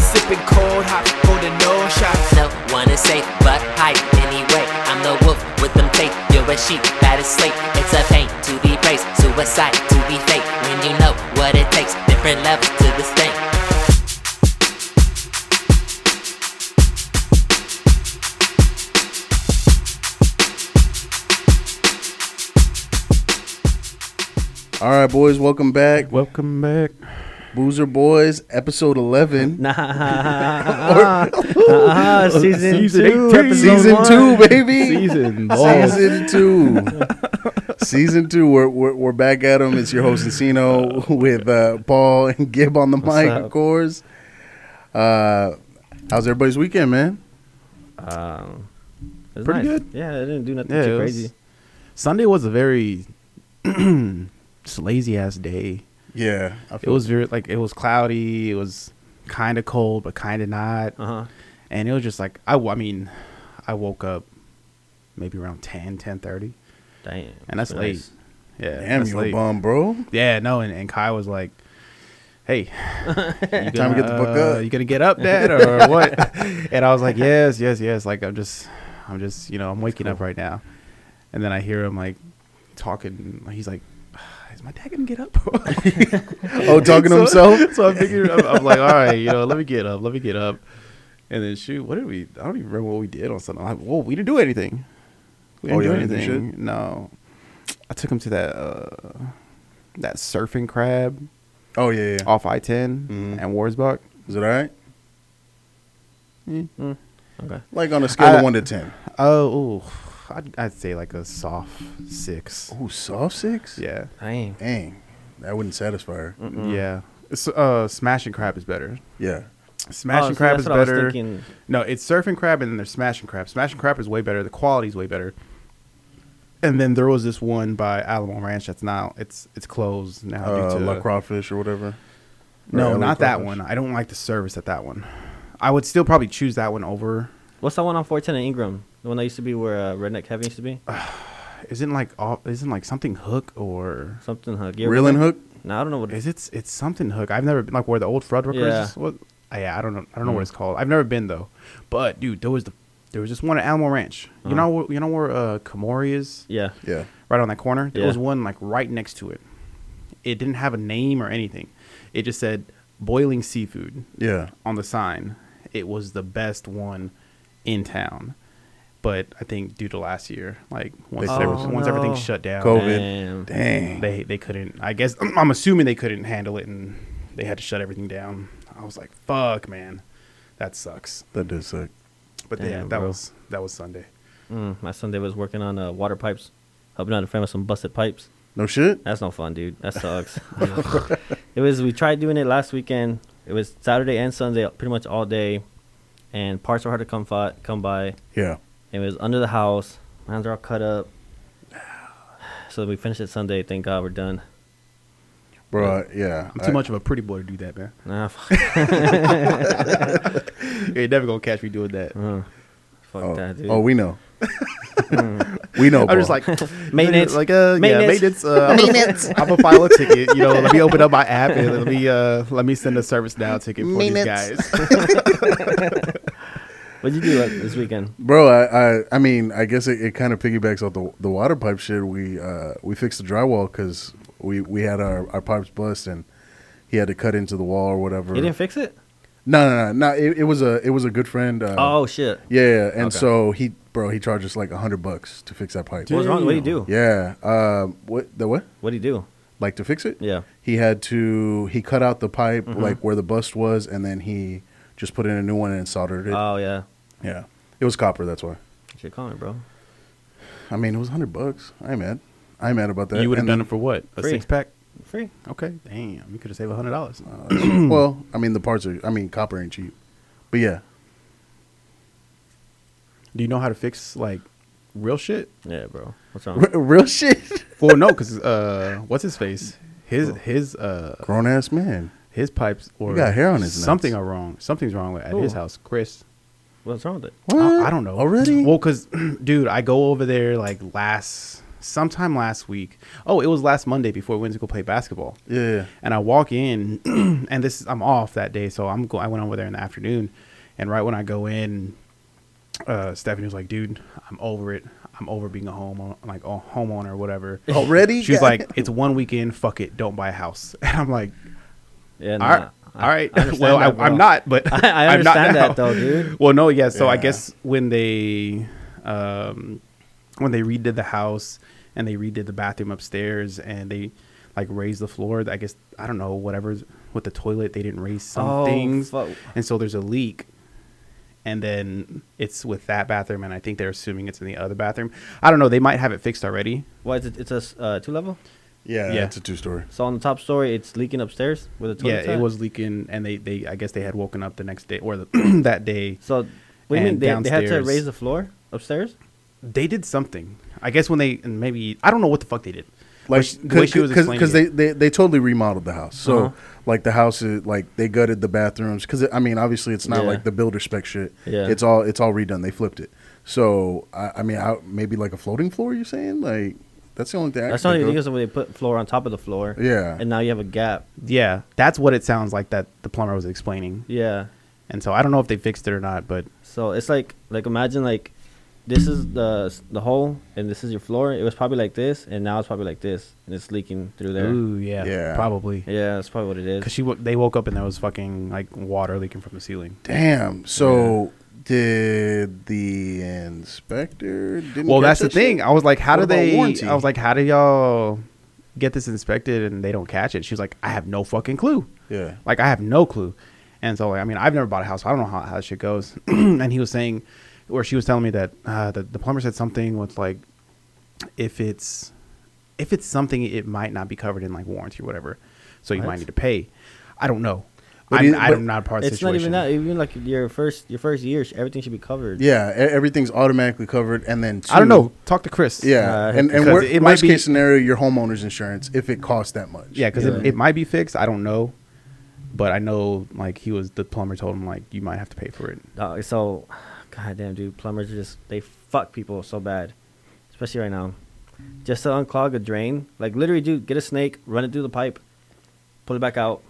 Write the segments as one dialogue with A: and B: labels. A: Sipping cold hot, holding no shots.
B: No one is safe but hype anyway. I'm the wolf with them fake. You're a sheep that is slate. It's a pain to be praised, suicide to be fake. When you know what it takes, different levels to this thing.
C: All right, boys, welcome back.
D: Welcome back.
C: Boozer Boys, episode 11.
D: Nah, season, two, eighteen.
C: episode Season one. two, baby.
D: Season, balls.
C: Season two. Season two, we're, we're, we're back at 'em. It's your host, Encino, with uh, Paul and Gib on the mic, of
D: up?
C: course. Uh, how's everybody's weekend, man?
E: Um, it was
D: Pretty
E: nice.
D: good.
E: Yeah, I didn't do nothing
D: Yeah,
E: too
D: it was-
E: crazy.
D: Sunday was a very just lazy ass day.
C: Yeah. I
D: It
C: feel-
D: was very like it was cloudy. It was kind of cold, but kind of not.
E: Uh huh.
D: And it was just like I. w- I mean, I woke up maybe around 10, 10.30.
E: Damn.
D: and that's
E: Nice.
D: late. Yeah,
C: Damn,
D: that's
C: you a
D: late.
C: bum, bro.
D: Yeah, no, and, and Kai was like, "Hey, you
C: Time to get the fuck
D: uh,
C: up.
D: You gonna get up, Dad, or what?" and I was like, "Yes, yes, yes." Like I'm just, I'm just, you know, I'm waking up right now. And then I hear him like talking. He's like, "Ah, "Is my dad gonna get up?"
C: Oh, talking to
D: So-
C: himself?
D: So I figured, I'm, I'm like, "All right, you know, let me get up, let me get up." And then shoot, what did we? I don't even remember what we did on Sunday. I'm like, whoa, we didn't do anything. We
C: Oh,
D: didn't do
C: y'all didn't do
D: anything. No, I took him to that uh, that surfing crab
C: Oh, yeah. yeah.
D: off I 10
C: Mhm.
D: and Warsbach.
C: Is it all right?
E: Okay.
C: Like on a scale
D: Mm-hmm. I-
C: of 1 to 10.
D: Oh, ooh, I'd, I'd say like a soft six.
C: Oh, soft six?
D: Yeah,
E: Damn.
D: Mm.
C: Dang. That wouldn't satisfy her.
D: yeah. S uh, smashing crab is better.
C: Yeah.
D: Smashing
E: Oh, so
D: crab
E: that's
D: is
E: what I was
D: better.
E: thinking.
D: No, it's surfing crab and then there's smashing crab. Smashing crab is way better. The quality's way better. And then there was this one by Alamo Ranch that's now it's it's closed now
C: Uh,
D: due to
C: La Crawfish or whatever.
D: no,
C: or LA
D: not that
C: Crawfish.
D: one. I don't like the service at that one. I would still probably choose that one over.
E: What's that one on 410 in Ingram? The one that used to be where uh, Redneck Heaven used to be?
D: Isn't like off, isn't like something hook or
E: Something hook. You ever
C: Reeling
E: been?
C: Hook?
E: No, I don't know what it
D: Is
E: is.
D: it's it's something hook? I've never been like where the old Fred Ruckers.
E: Yeah.
D: is- What? I- Yeah, I don't know. I don't know
C: Hmm.
D: what it's called. I've never been though. But dude, there was the there was this one at Alamo Ranch. You
C: Hmm.
E: Uh-huh.
D: know where- you know where uh, Kamori is?
E: Yeah.
C: Yeah.
D: Right on that corner. There was
E: Yeah.
D: one like right next to it. It didn't have a name or anything. It just said boiling seafood
C: Yeah.
D: on the sign. It was the best one in town. But I think due to last year, like once
C: closed
D: every-
C: it.
D: once everything
E: no.
D: shut down,
C: Covid.
E: Damn.
C: Dang.
D: they they couldn't i guess i'm assuming they couldn't handle it and they had to shut everything down i was like fuck man that sucks
C: that does suck.
D: but yeah
E: Damn,
D: that
E: bro.
D: was that was sunday
E: Mm, my Sunday was working on uh, water pipes, helping out a friend with some busted pipes.
C: No shit?
E: That's no fun, dude. That sucks. it was we tried doing it last weekend. It was Saturday and Sunday, pretty much all day, and parts were hard to come fi- come by.
C: Yeah.
E: It was under the house. Mines are all cut up. So we finished it Sunday. Thank God we're done.
C: Bro, I- yeah.
D: i'm
C: I-
D: too much of a pretty boy to do that man
E: Nah, fuck,
D: you ain't never gonna catch me doing that
E: mm. fuck
C: Oh,
E: that, dude.
C: oh, we know. we know.
D: Mm. i'm just
C: bro.
D: like
E: Maintenance.
D: like uh yeah
E: Maintenance.
D: maintenance uh I'm gonna- i'm gonna file a ticket you know let me open up my app and let me uh let me send a service now ticket for these guys
E: What'd you do uh, this weekend?
C: bro. I, I, I mean, I guess it, it kind of piggybacks off the the water pipe shit. We uh we fixed the drywall because we we had our our pipes bust and he had to cut into the wall or whatever.
E: You didn't fix it?
C: no, no, no, no. It, it was a it was a good friend. Uh,
E: Oh shit!
C: yeah, yeah, and
E: Okay.
C: so he bro he charged us like a hundred bucks to fix that pipe.
E: What was wrong? What do you do?
C: Yeah. Um. What the what?
E: What do you do?
C: Like to fix it?
E: Yeah. Mm-hmm.
C: he had to he cut out the pipe like where the bust was and then he just put in a new one and soldered it
E: Oh yeah.
C: yeah it was copper that's why
E: Shit, call me, bro.
C: i mean it was 100 bucks i ain't mad i ain't mad about that
D: you would have
C: And
D: done
C: then-
D: it for what a
E: Free.
D: six pack
E: Free.
D: okay damn you could have saved a hundred dollars
C: well i mean the parts are i mean copper ain't cheap but yeah
D: Do you know how to fix like real shit?
E: Yeah, bro. What's wrong?
C: R- real shit
D: Well, no, because uh, what's his face? His his uh
C: Grown ass man.
D: his pipes or
C: got hair on his nuts.
D: something are wrong. Something's wrong with at his
E: Ooh.
D: house, Chris.
E: What's wrong with it?
D: I-
C: What?
D: I, don't know Oh,
C: Already?
D: Mm. Well, because dude, I go over there like last sometime last week. Oh, it was last Monday before we went to go play basketball.
C: yeah.
D: And I walk in, and this I'm off that day, so I'm go, I went over there in the afternoon, and right when I go in, uh, Stephanie was like, "Dude, I'm over it. I'm over being a home like a homeowner or whatever."
C: Already?
D: She was like, "It's one weekend. Fuck it. Don't buy a house." And I'm like,
E: Yeah,
D: all right.
E: I-
D: All right.
E: I understand
D: well,
E: that,
D: I, I'm
E: bro.
D: not, but
E: I- I
D: I'm not
E: understand
D: now.
E: that, though, dude.
D: Well, no, yeah. So I
C: Yeah.
D: guess when they, um, when they redid the house and they redid the bathroom upstairs and they like raised the floor, I guess I don't know whatever with the toilet they didn't raise some
E: Oh,
D: things,
E: fuck.
D: and so there's a leak. And then it's with that bathroom, and I think they're assuming it's in the other bathroom. I don't know. They might have it fixed already.
E: Why is it? It's a s- uh, two level.
C: Yeah,
D: Yeah.
C: it's a two story.
E: So on the top story, it's leaking upstairs with a toilet.
D: yeah, it was leaking, and they, they I guess they had woken up the next day or the, that day.
E: So what do you mean
D: And
E: they, they had to
D: downstairs.
E: raise the floor upstairs?
D: they did something. I guess when they and maybe I don't know what the fuck they did.
C: Like,
D: But she- the way she was explaining
C: because
D: it.
C: they, they they totally remodeled the house. So
E: Uh-huh.
C: like the house is like they gutted the bathrooms because I mean obviously it's not
E: Yeah.
C: like the builder spec shit.
E: Yeah.
C: it's all it's all redone. They flipped it. So I, I mean I, maybe like a floating floor. You're saying like that's the only thing. I
E: That's
C: can
E: not
C: think
E: even
C: of.
E: because when they put floor on top of the floor.
C: Yeah.
E: And now you have a gap.
D: yeah, that's what it sounds like that the plumber was explaining.
E: Yeah.
D: And so I don't know if they fixed it or not, but
E: So it's like like imagine like this is the the hole and this is your floor. It was probably like this and now it's probably like this and it's leaking through there.
D: ooh yeah,
C: Yeah.
D: probably
E: Yeah, that's probably what it
D: because
E: is.
D: she wo- they woke up and there was fucking like water leaking from the ceiling.
C: Damn. So did the inspector? Didn't
D: well,
C: catch
D: that's the
C: that shit?
D: thing. I was like, how
C: What
D: do
C: about
D: they?
C: warranty?
D: I was like, how do y'all get this inspected and they don't catch it? She was like, I have no fucking clue.
C: Yeah.
D: Like I have no clue. And so like I mean I've never bought a house. So I don't know how, how that shit goes. and he was saying, or she was telling me that uh, the, the plumber said something with like, if it's if it's something it might not be covered in like warranty or whatever, so you
E: What?
D: might need to pay. I don't know.
C: But
D: I'm,
C: it- but
D: I'm not a part of the
E: It's not even
D: situation.
E: that. Even like your first your first year, sh- everything should be covered.
C: Yeah, e- everything's automatically covered, and then
D: I don't
C: two-
D: know. Talk to Chris.
C: Yeah,
E: Uh,
C: and and
D: because
C: wor-
D: it might
C: worst
D: be-
C: case scenario, your homeowner's insurance if it costs that much.
D: Yeah, because it,
E: Yeah.
D: it might be fixed. I don't know, but I know like he was the plumber told him like you might have to pay for it.
E: Dog, so, goddamn, dude, plumbers are just they fuck people so bad, especially right now. Just to unclog a drain, like literally, dude, get a snake, run it through the pipe, pull it back out.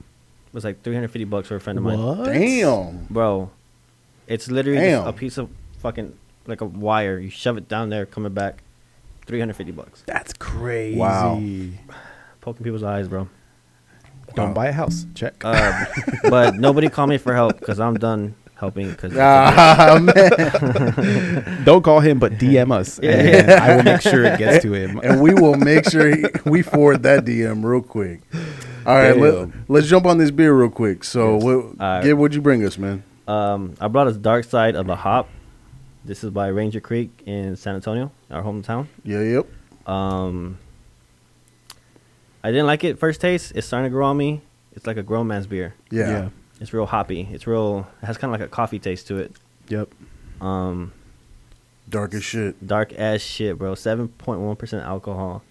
E: It was like 350 bucks for a friend of mine,
C: Damn.
E: bro. It's literally just a
C: Damn.
E: piece of fucking like a wire. You shove it down there, coming back, 350 bucks.
D: That's crazy.
E: Poking people's eyes, bro.
D: Don't buy a house. Check.
E: Uh, but nobody call me for help because I'm done helping. Because
C: Ah, man.
D: Don't call him, but DM us, and I will make sure it gets to him.
C: and we will make sure he, we forward that DM real quick. All right, let,
D: Damn.
C: let's jump on this beer real quick. So, what,
E: All right.
C: Gib, what'd you bring us, man?
E: Um, I brought us Dark Side of the Hop. This is by Ranger Creek in San Antonio, our hometown.
C: Yeah, yep.
E: Um, I didn't like it first taste. It's starting to grow on me. It's like a grown man's beer.
C: Yeah.
E: It's real hoppy. It's real. It has kind of like a coffee taste to it.
D: Yep.
E: Um,
C: Dark as shit.
E: dark as shit, bro. Seven point one percent alcohol.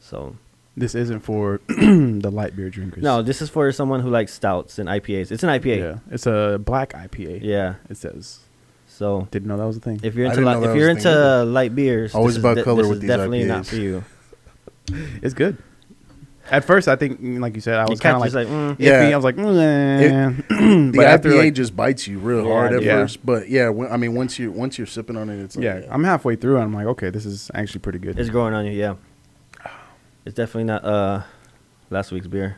E: So
D: This isn't for the light beer drinkers.
E: no, this is for someone who likes stouts and IPAs. It's an
D: Yeah.
E: IPA.
D: It's a black IPA.
E: Yeah.
D: It says.
E: So
D: Didn't know that was a thing.
E: if you're
C: I
E: into
C: didn't know
E: light,
C: that
E: if
C: was
E: you're
C: a thing
E: into
C: either.
E: light beers,
C: Always
E: this is
C: about
E: de-
C: color
E: this
C: with
E: is
C: these
E: definitely not
C: IPAs.
E: for you.
D: it's good. At first, I think, mm, like you said, I was kind
E: kinda
D: of like,
E: just like, mm.
D: iffy.
C: Yeah.
D: I was like, mm,
C: The
D: but after,
C: IPA
D: like-
C: just bites you real
E: Yeah,
C: hard at
D: dude. Yeah.
C: first, but yeah, when, I mean, once you once you're sipping on it, it's like,
D: yeah. I'm halfway through, and I'm like, okay, this is actually pretty good.
E: It's growing on you, yeah. It's definitely not uh last week's beer.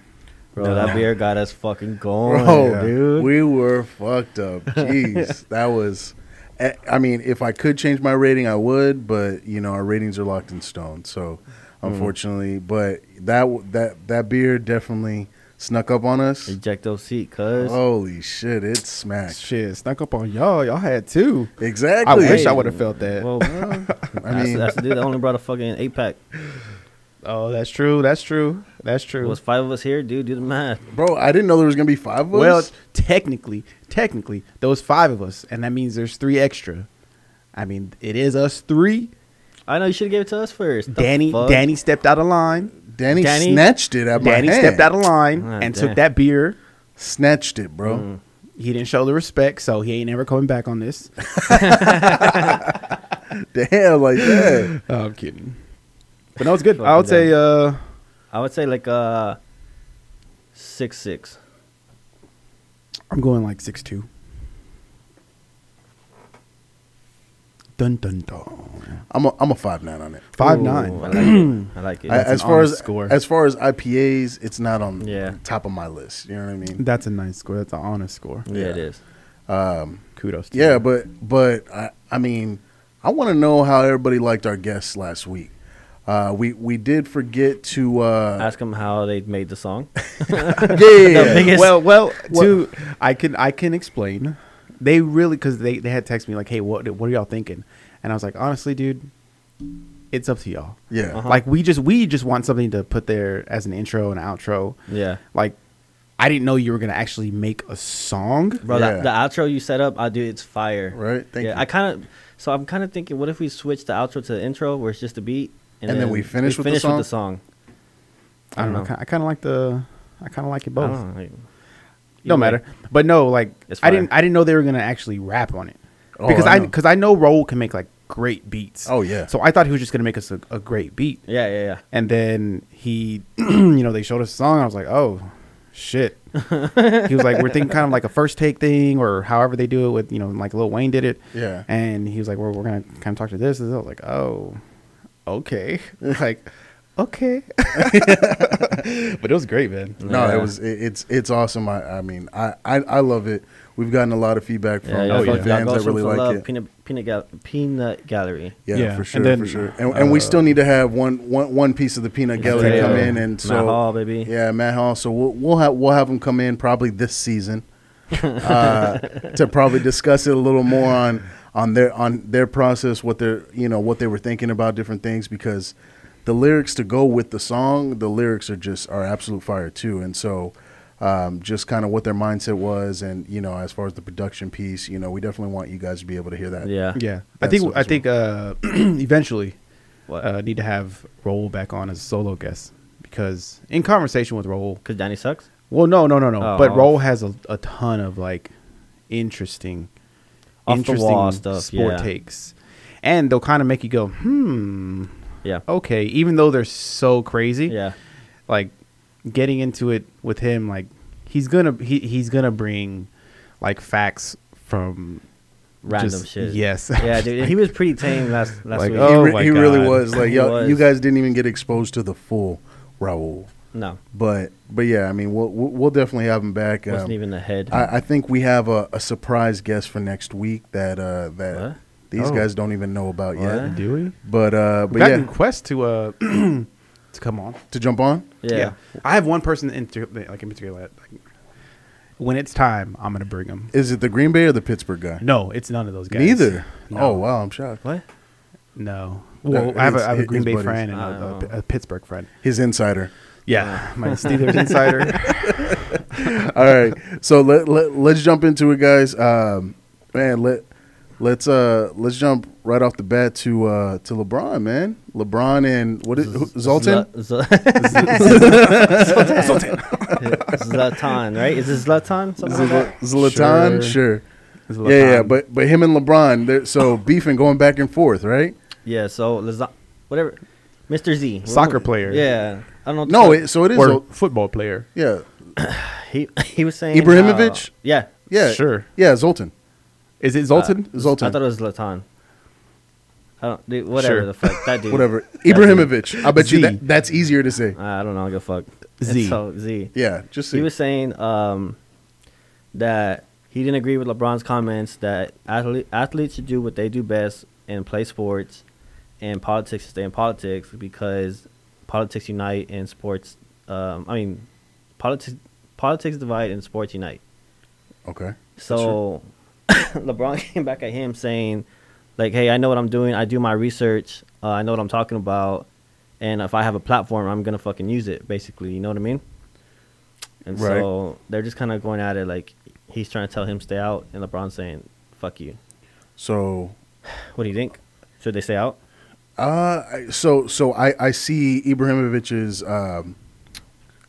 E: Bro,
D: No.
E: that beer got us fucking going,
C: Bro,
E: dude.
C: we were fucked up. Jeez, that was. eh, I mean, if I could change my rating, I would, but you know, our ratings are locked in stone. So,
D: Mm-hmm.
C: unfortunately, but that w- that that beer definitely snuck up on us.
E: Ejecto seat, cuz.
C: Holy shit, it smacked.
D: Shit, snuck up on y'all. Y'all had two. I
C: Exactly.
D: wish I would have felt that.
E: Well, bro.
C: I mean,
E: that's, that's the dude that only brought a fucking eight pack.
D: oh, that's true. That's true. That's
E: It
D: true.
E: was five of us here, dude. Do the math.
C: bro, I didn't know there was gonna be five of
D: Well,
C: us.
D: technically, technically, there was five of us, and that means there's three extra. I mean, it is us three
E: I know you should have gave it to us first. The
D: Danny
E: fuck?
D: Danny stepped out of line.
C: Danny,
E: Danny-
C: snatched it out my
D: Danny
C: hand.
D: stepped out of line
E: Ah,
D: and
E: damn.
D: took that beer.
C: snatched it, bro.
D: Mm. He didn't show the respect, so he ain't never coming back on this.
C: Damn, like that.
D: Oh, I'm kidding. But no, it's good.
E: Fucking
D: I would say uh,
E: I would say like uh six six.
D: I'm going like six two. Dun dun dun.
C: I'm a, I'm a five nine on it.
D: Five
E: Ooh, I
D: nine.
E: like it. I like it.
C: I,
D: an
C: as far
D: honest
C: as
D: score.
C: as far as IPAs, it's not on
E: Yeah.
C: top of my list. You know what I mean?
D: That's a nice score. That's an honest score.
E: yeah, it is.
D: Kudos. To
C: Yeah,
D: you.
C: but but I I mean I want to know how everybody liked our guests last week. Uh, we we did forget to uh,
E: Ask them how they made the song. the
C: yeah
E: biggest-
D: well, well, to I can I can explain. They really because they they had text me like, hey, what what are y'all thinking? And I was like, honestly, dude, it's up to y'all.
C: yeah
E: Uh-huh.
D: Like we just we just want something to put there as an intro and outro.
E: Yeah.
D: Like I didn't know you were gonna actually make a song.
E: Bro,
C: Yeah.
E: the, the outro you set up, I do. It's fire.
C: Right? Thank
E: yeah,
C: you.
E: I kind of. So I'm kind of thinking, what if we switch the outro to the intro, where it's just a beat,
C: And then we finish with the song?
D: I don't know.
E: know.
D: I kind of like the I kind of like it
E: I
D: both.
E: don't know, like-
D: No
E: Either
D: matter.
E: way.
D: But no, like
E: It's
D: I
E: fire.
D: didn't I didn't know they were gonna actually rap on it
C: Oh,
D: because
C: I
D: I
C: know.
D: because I, know Roll can make like great beats.
C: Oh, yeah.
D: So I thought he was just gonna make us a, a great beat.
E: Yeah, yeah, yeah.
C: Oh,
D: And then he, you know, they showed us a song. I was like, oh, shit. he was like, we're thinking kind of like a first take thing or however they do it with, you know, like Lil Wayne did it.
C: Yeah.
D: And he was like, well, we're going to kind of talk to this. And I was like, oh, okay. like, okay. but it was great, man.
C: no
E: Yeah.
C: it was it, it's it's awesome I, I mean I, I I love it we've gotten a lot of feedback from
E: Yeah,
C: from
E: yeah,
D: Oh, yeah.
E: Y'all
C: fans
E: go
C: that
E: some
C: really
E: for
C: like
E: love,
C: it
E: Peanut, peanut, gal- peanut gallery.
C: yeah,
D: Yeah,
C: for
D: and
C: sure for
D: then,
C: sure and, and we still need to have one one one piece of the peanut gallery
E: Yeah.
C: come in and so
E: Matt Hall, baby.
C: yeah Matt Hall so we'll we'll have we'll have him come in probably this season uh, to probably discuss it a little more on on their on their process, what they're you know what they were thinking about different things because the lyrics to go with the song, the lyrics are just are absolute fire too, and so. Um, just kind of what their mindset was, and you know, as far as the production piece, you know, we definitely want you guys to be able to hear that.
E: Yeah.
D: Yeah. I
C: That's
D: think,
C: what
D: I
C: it's
D: think uh, eventually
E: What?
D: uh, need to have Roll back on as a solo guest because in conversation with Roll,
E: Cause Danny sucks.
D: Well, no, no, no, no.
E: Oh.
D: But Roll has a, a ton of like interesting,
E: Off the
D: interesting
E: wall stuff,
D: sport
E: yeah.
D: takes, and they'll kind of make you go, hmm,
E: Yeah.
D: okay. Even though they're so crazy,
E: Yeah.
D: Like getting into it with him, like he's gonna he, he's gonna bring like facts from
E: Random
D: just-
E: shit.
D: Yes.
E: Yeah, dude. He was pretty tame last last
D: Like,
E: week.
D: oh
C: he,
D: my
C: re- he really
D: God.
C: was like,
E: He
C: y'all,
E: was.
C: you guys didn't even get exposed to the full Raul,
E: No,
C: but but yeah, I mean, we'll we'll we'll definitely have him back.
E: wasn't
C: um,
E: even the head.
C: I, I think we have a, a surprise guest for next week that uh, that
E: What?
C: these
D: Oh.
C: guys don't even know about yet.
E: What?
D: Do we?
C: But uh, but
D: Got
C: yeah,
D: requests to uh to come on.
C: to jump on.
E: yeah.
D: I have one person in through- like in particular. that, Like, when it's time, I'm gonna bring him.
C: Is it the Green Bay or the Pittsburgh guy?
D: No, it's none of those guys.
C: neither.
D: No.
C: Oh wow, I'm shocked.
E: What?
D: No.
C: No,
D: Well, I have a,
C: his-
D: I have a
C: his
D: Green Bay
C: buddies.
D: friend and
E: Oh.
D: a, a, a Pittsburgh friend.
C: His insider.
D: Yeah, my Steelers insider.
C: All right, so let, let let's jump into it, guys. Um, man, let let's uh let's jump right off the bat to uh to LeBron, man. LeBron and what is who, Zoltan?
E: Z- Zlatan, right? Is it Zlatan? Something like that?
C: Zlatan, sure.
D: Zlatan.
C: Yeah, yeah, but but him and LeBron, they're so beefing, going back and forth, right?
E: Yeah. So Laza- whatever, Mr. Z,
D: Soccer player.
E: Yeah, I don't know.
C: No, it, so it is.
D: or
C: Zol-
D: football player.
C: yeah,
E: he he was saying
C: Ibrahimovic?
E: how- yeah,
C: yeah,
D: Sure.
C: yeah. Zoltan,
D: Is it Zoltan?
C: Uh, Zoltan,
E: I thought it was Zlatan. I don't, dude, whatever
D: Sure.
E: the fuck that dude.
C: whatever.
E: That dude.
C: Ibrahimovic. I bet you
D: Z.
C: that, that's easier to say.
E: I don't know. I give a fuck.
D: Z.
E: So Z.
C: Yeah, just
E: Uh, He
C: see.
E: was saying um, that he didn't agree with LeBron's comments that athlete, athletes should do what they do best and play sports, and politics should stay in politics because politics unite and sports. Um, I mean, politics politics divide and sports unite.
C: okay.
E: So LeBron came back at him saying, like, hey, I know what I'm doing. I do my research. Uh, I know what I'm talking about. And if I have a platform, I'm going to fucking use it, basically. You know what I mean? And
C: Right.
E: so they're just kind of going at it like he's trying to tell him stay out, and LeBron's saying, fuck you.
C: So
E: What do you think? Should they stay out?
C: Uh, I- so so I, I see Ibrahimovic's um,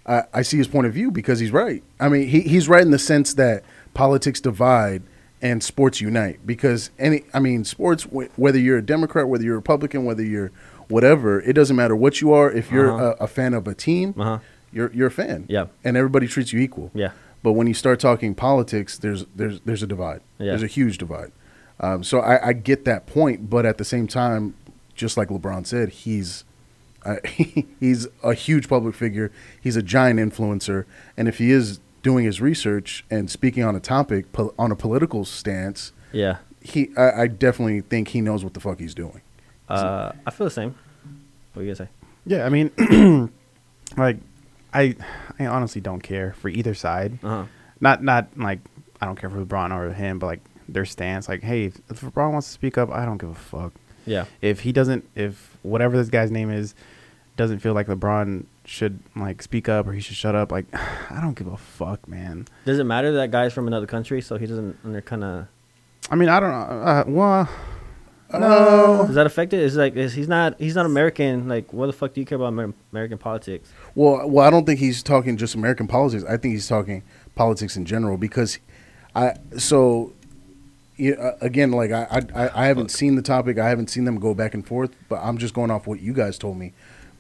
C: I, I see his point of view because he's right. I mean, he, he's right in the sense that politics divide and sports unite. Because any, I mean, sports wh- whether you're a Democrat, whether you're a Republican, whether you're whatever, it doesn't matter what you are. If you're
E: Uh-huh.
C: a, a fan of a team,
E: Uh-huh.
C: you're you're a fan.
E: Yeah.
C: and everybody treats you equal.
E: Yeah.
C: But when you start talking politics, there's there's there's a divide.
E: Yeah.
C: There's a huge divide. Um, so I, I get that point, but at the same time, just like LeBron said, he's uh, he's a huge public figure. He's a giant influencer, and if he is doing his research and speaking on a topic pol- on a political stance,
E: Yeah.
C: he I, I definitely think he knows what the fuck he's doing.
E: Uh, I feel the same. What are you gonna say?
D: Yeah, I mean, like, I I honestly don't care for either side.
E: Uh-huh.
D: Not not like I don't care for LeBron or him, but like their stance. Like, hey, if if LeBron wants to speak up, I don't give a fuck.
E: Yeah.
D: If he doesn't, if whatever this guy's name is, doesn't feel like LeBron should like speak up or he should shut up, like I don't give a fuck, man.
E: Does it matter that guy's from another country, so he doesn't? And they're kind of.
D: I mean, I don't know. Uh, well,
E: Does that affect it? Is like is, he's not he's not American. Like, what the fuck do you care about Amer- American politics?
C: Well, well, I don't think he's talking just American politics. I think he's talking politics in general because I so you, uh, again, like I, I- I I haven't seen the topic. I haven't seen them go back and forth, but I'm just going off what you guys told me.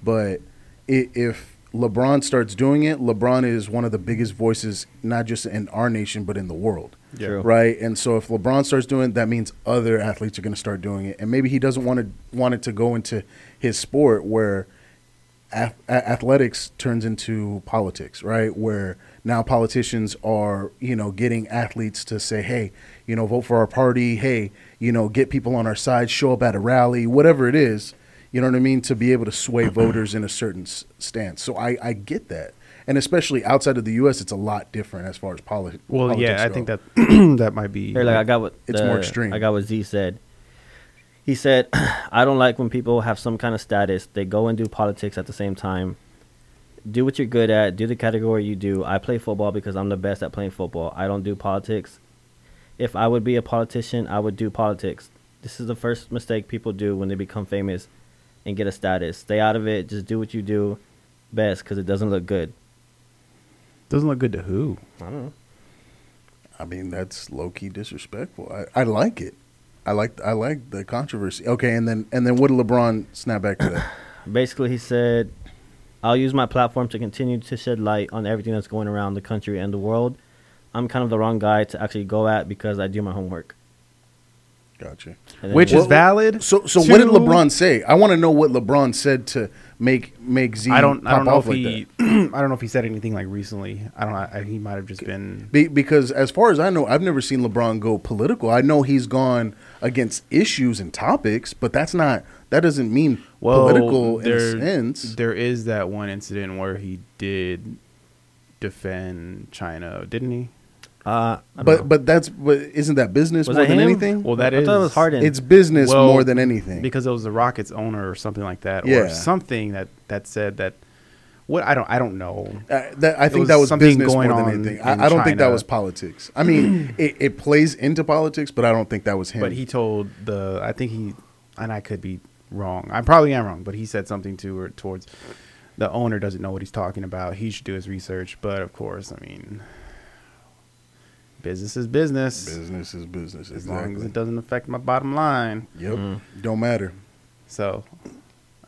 C: But i- if LeBron starts doing it, LeBron is one of the biggest voices, not just in our nation but in the world.
D: Yeah.
E: True.
C: Right, and so if LeBron starts doing it, that means other athletes are going to start doing it, and maybe he doesn't want to want it to go into his sport where ath- a- athletics turns into politics, right? Where now politicians are, you know, getting athletes to say, hey, you know, vote for our party. Hey, you know, get people on our side, show up at a rally, whatever it is, you know what I mean? To be able to sway
D: Mm-hmm.
C: voters in a certain s- stance. So I, I get that. And especially outside of the U.S., it's a lot different as far as poli-
D: well,
C: politics.
D: yeah. I
C: go.
D: think that oh, that might be.
E: Here, like I got what
C: It's more extreme.
E: I got what Z said. He said, "I don't like when people have some kind of status. They go and do politics at the same time. Do what you're good at. Do the category you do. I play football because I'm the best at playing football. I don't do politics. If I would be a politician, I would do politics. This is the first mistake people do when they become famous and get a status. Stay out of it. Just do what you do best because it doesn't look good.
D: doesn't look good to who.
E: I don't know.
C: I mean, that's low key disrespectful. I, I like it. I like I like the controversy. Okay, and then and then what did LeBron snap back to that?
E: basically he said i'll use my platform to continue to shed light on everything that's going around the country and the world i'm kind of the wrong guy to actually go at because i do my homework
C: Gotcha.
E: And then-
D: Which is
C: Well,
D: valid.
C: So so what did
D: to-
C: LeBron say? I want to know what LeBron said to make make Z.
D: I don't. I
C: pop
D: don't know
C: off
D: if
C: like
D: he.
C: that.
D: I don't know if he said anything like recently. I don't. know. I, he might have just been.
C: Be, because as far as I know, I've never seen LeBron go political. I know he's gone against issues and topics, but that's not that doesn't mean political in a sense.
D: There is that one incident where he did defend China, didn't he?
E: uh, I don't
C: But
E: know.
C: but that's but isn't that business
E: Was
C: more
E: that
C: than
E: him?
C: anything?
D: Well, that
E: I
D: is.
E: thought it was Harden.
C: it's business
D: Well,
C: more than anything.
D: because it was the Rockets owner or something like that,
C: Yeah.
D: or something that that said that. What I don't. I don't know.
C: Uh, that, I think
D: was
C: that was
D: something
C: business
D: going
C: more
D: on
C: than anything.
D: in
C: I, I don't think that
D: China.
C: was politics. I mean, it, it plays into politics, but I don't think that was him.
D: But he told the I think he and I could be wrong. I probably am wrong, but he said something to or towards the owner doesn't know what he's talking about. He should do his research, but of course, I mean business is business.
C: business is business.
D: As
C: exactly.
D: long as it doesn't affect my bottom line.
C: Yep.
D: Mm-hmm.
C: Don't matter.
D: So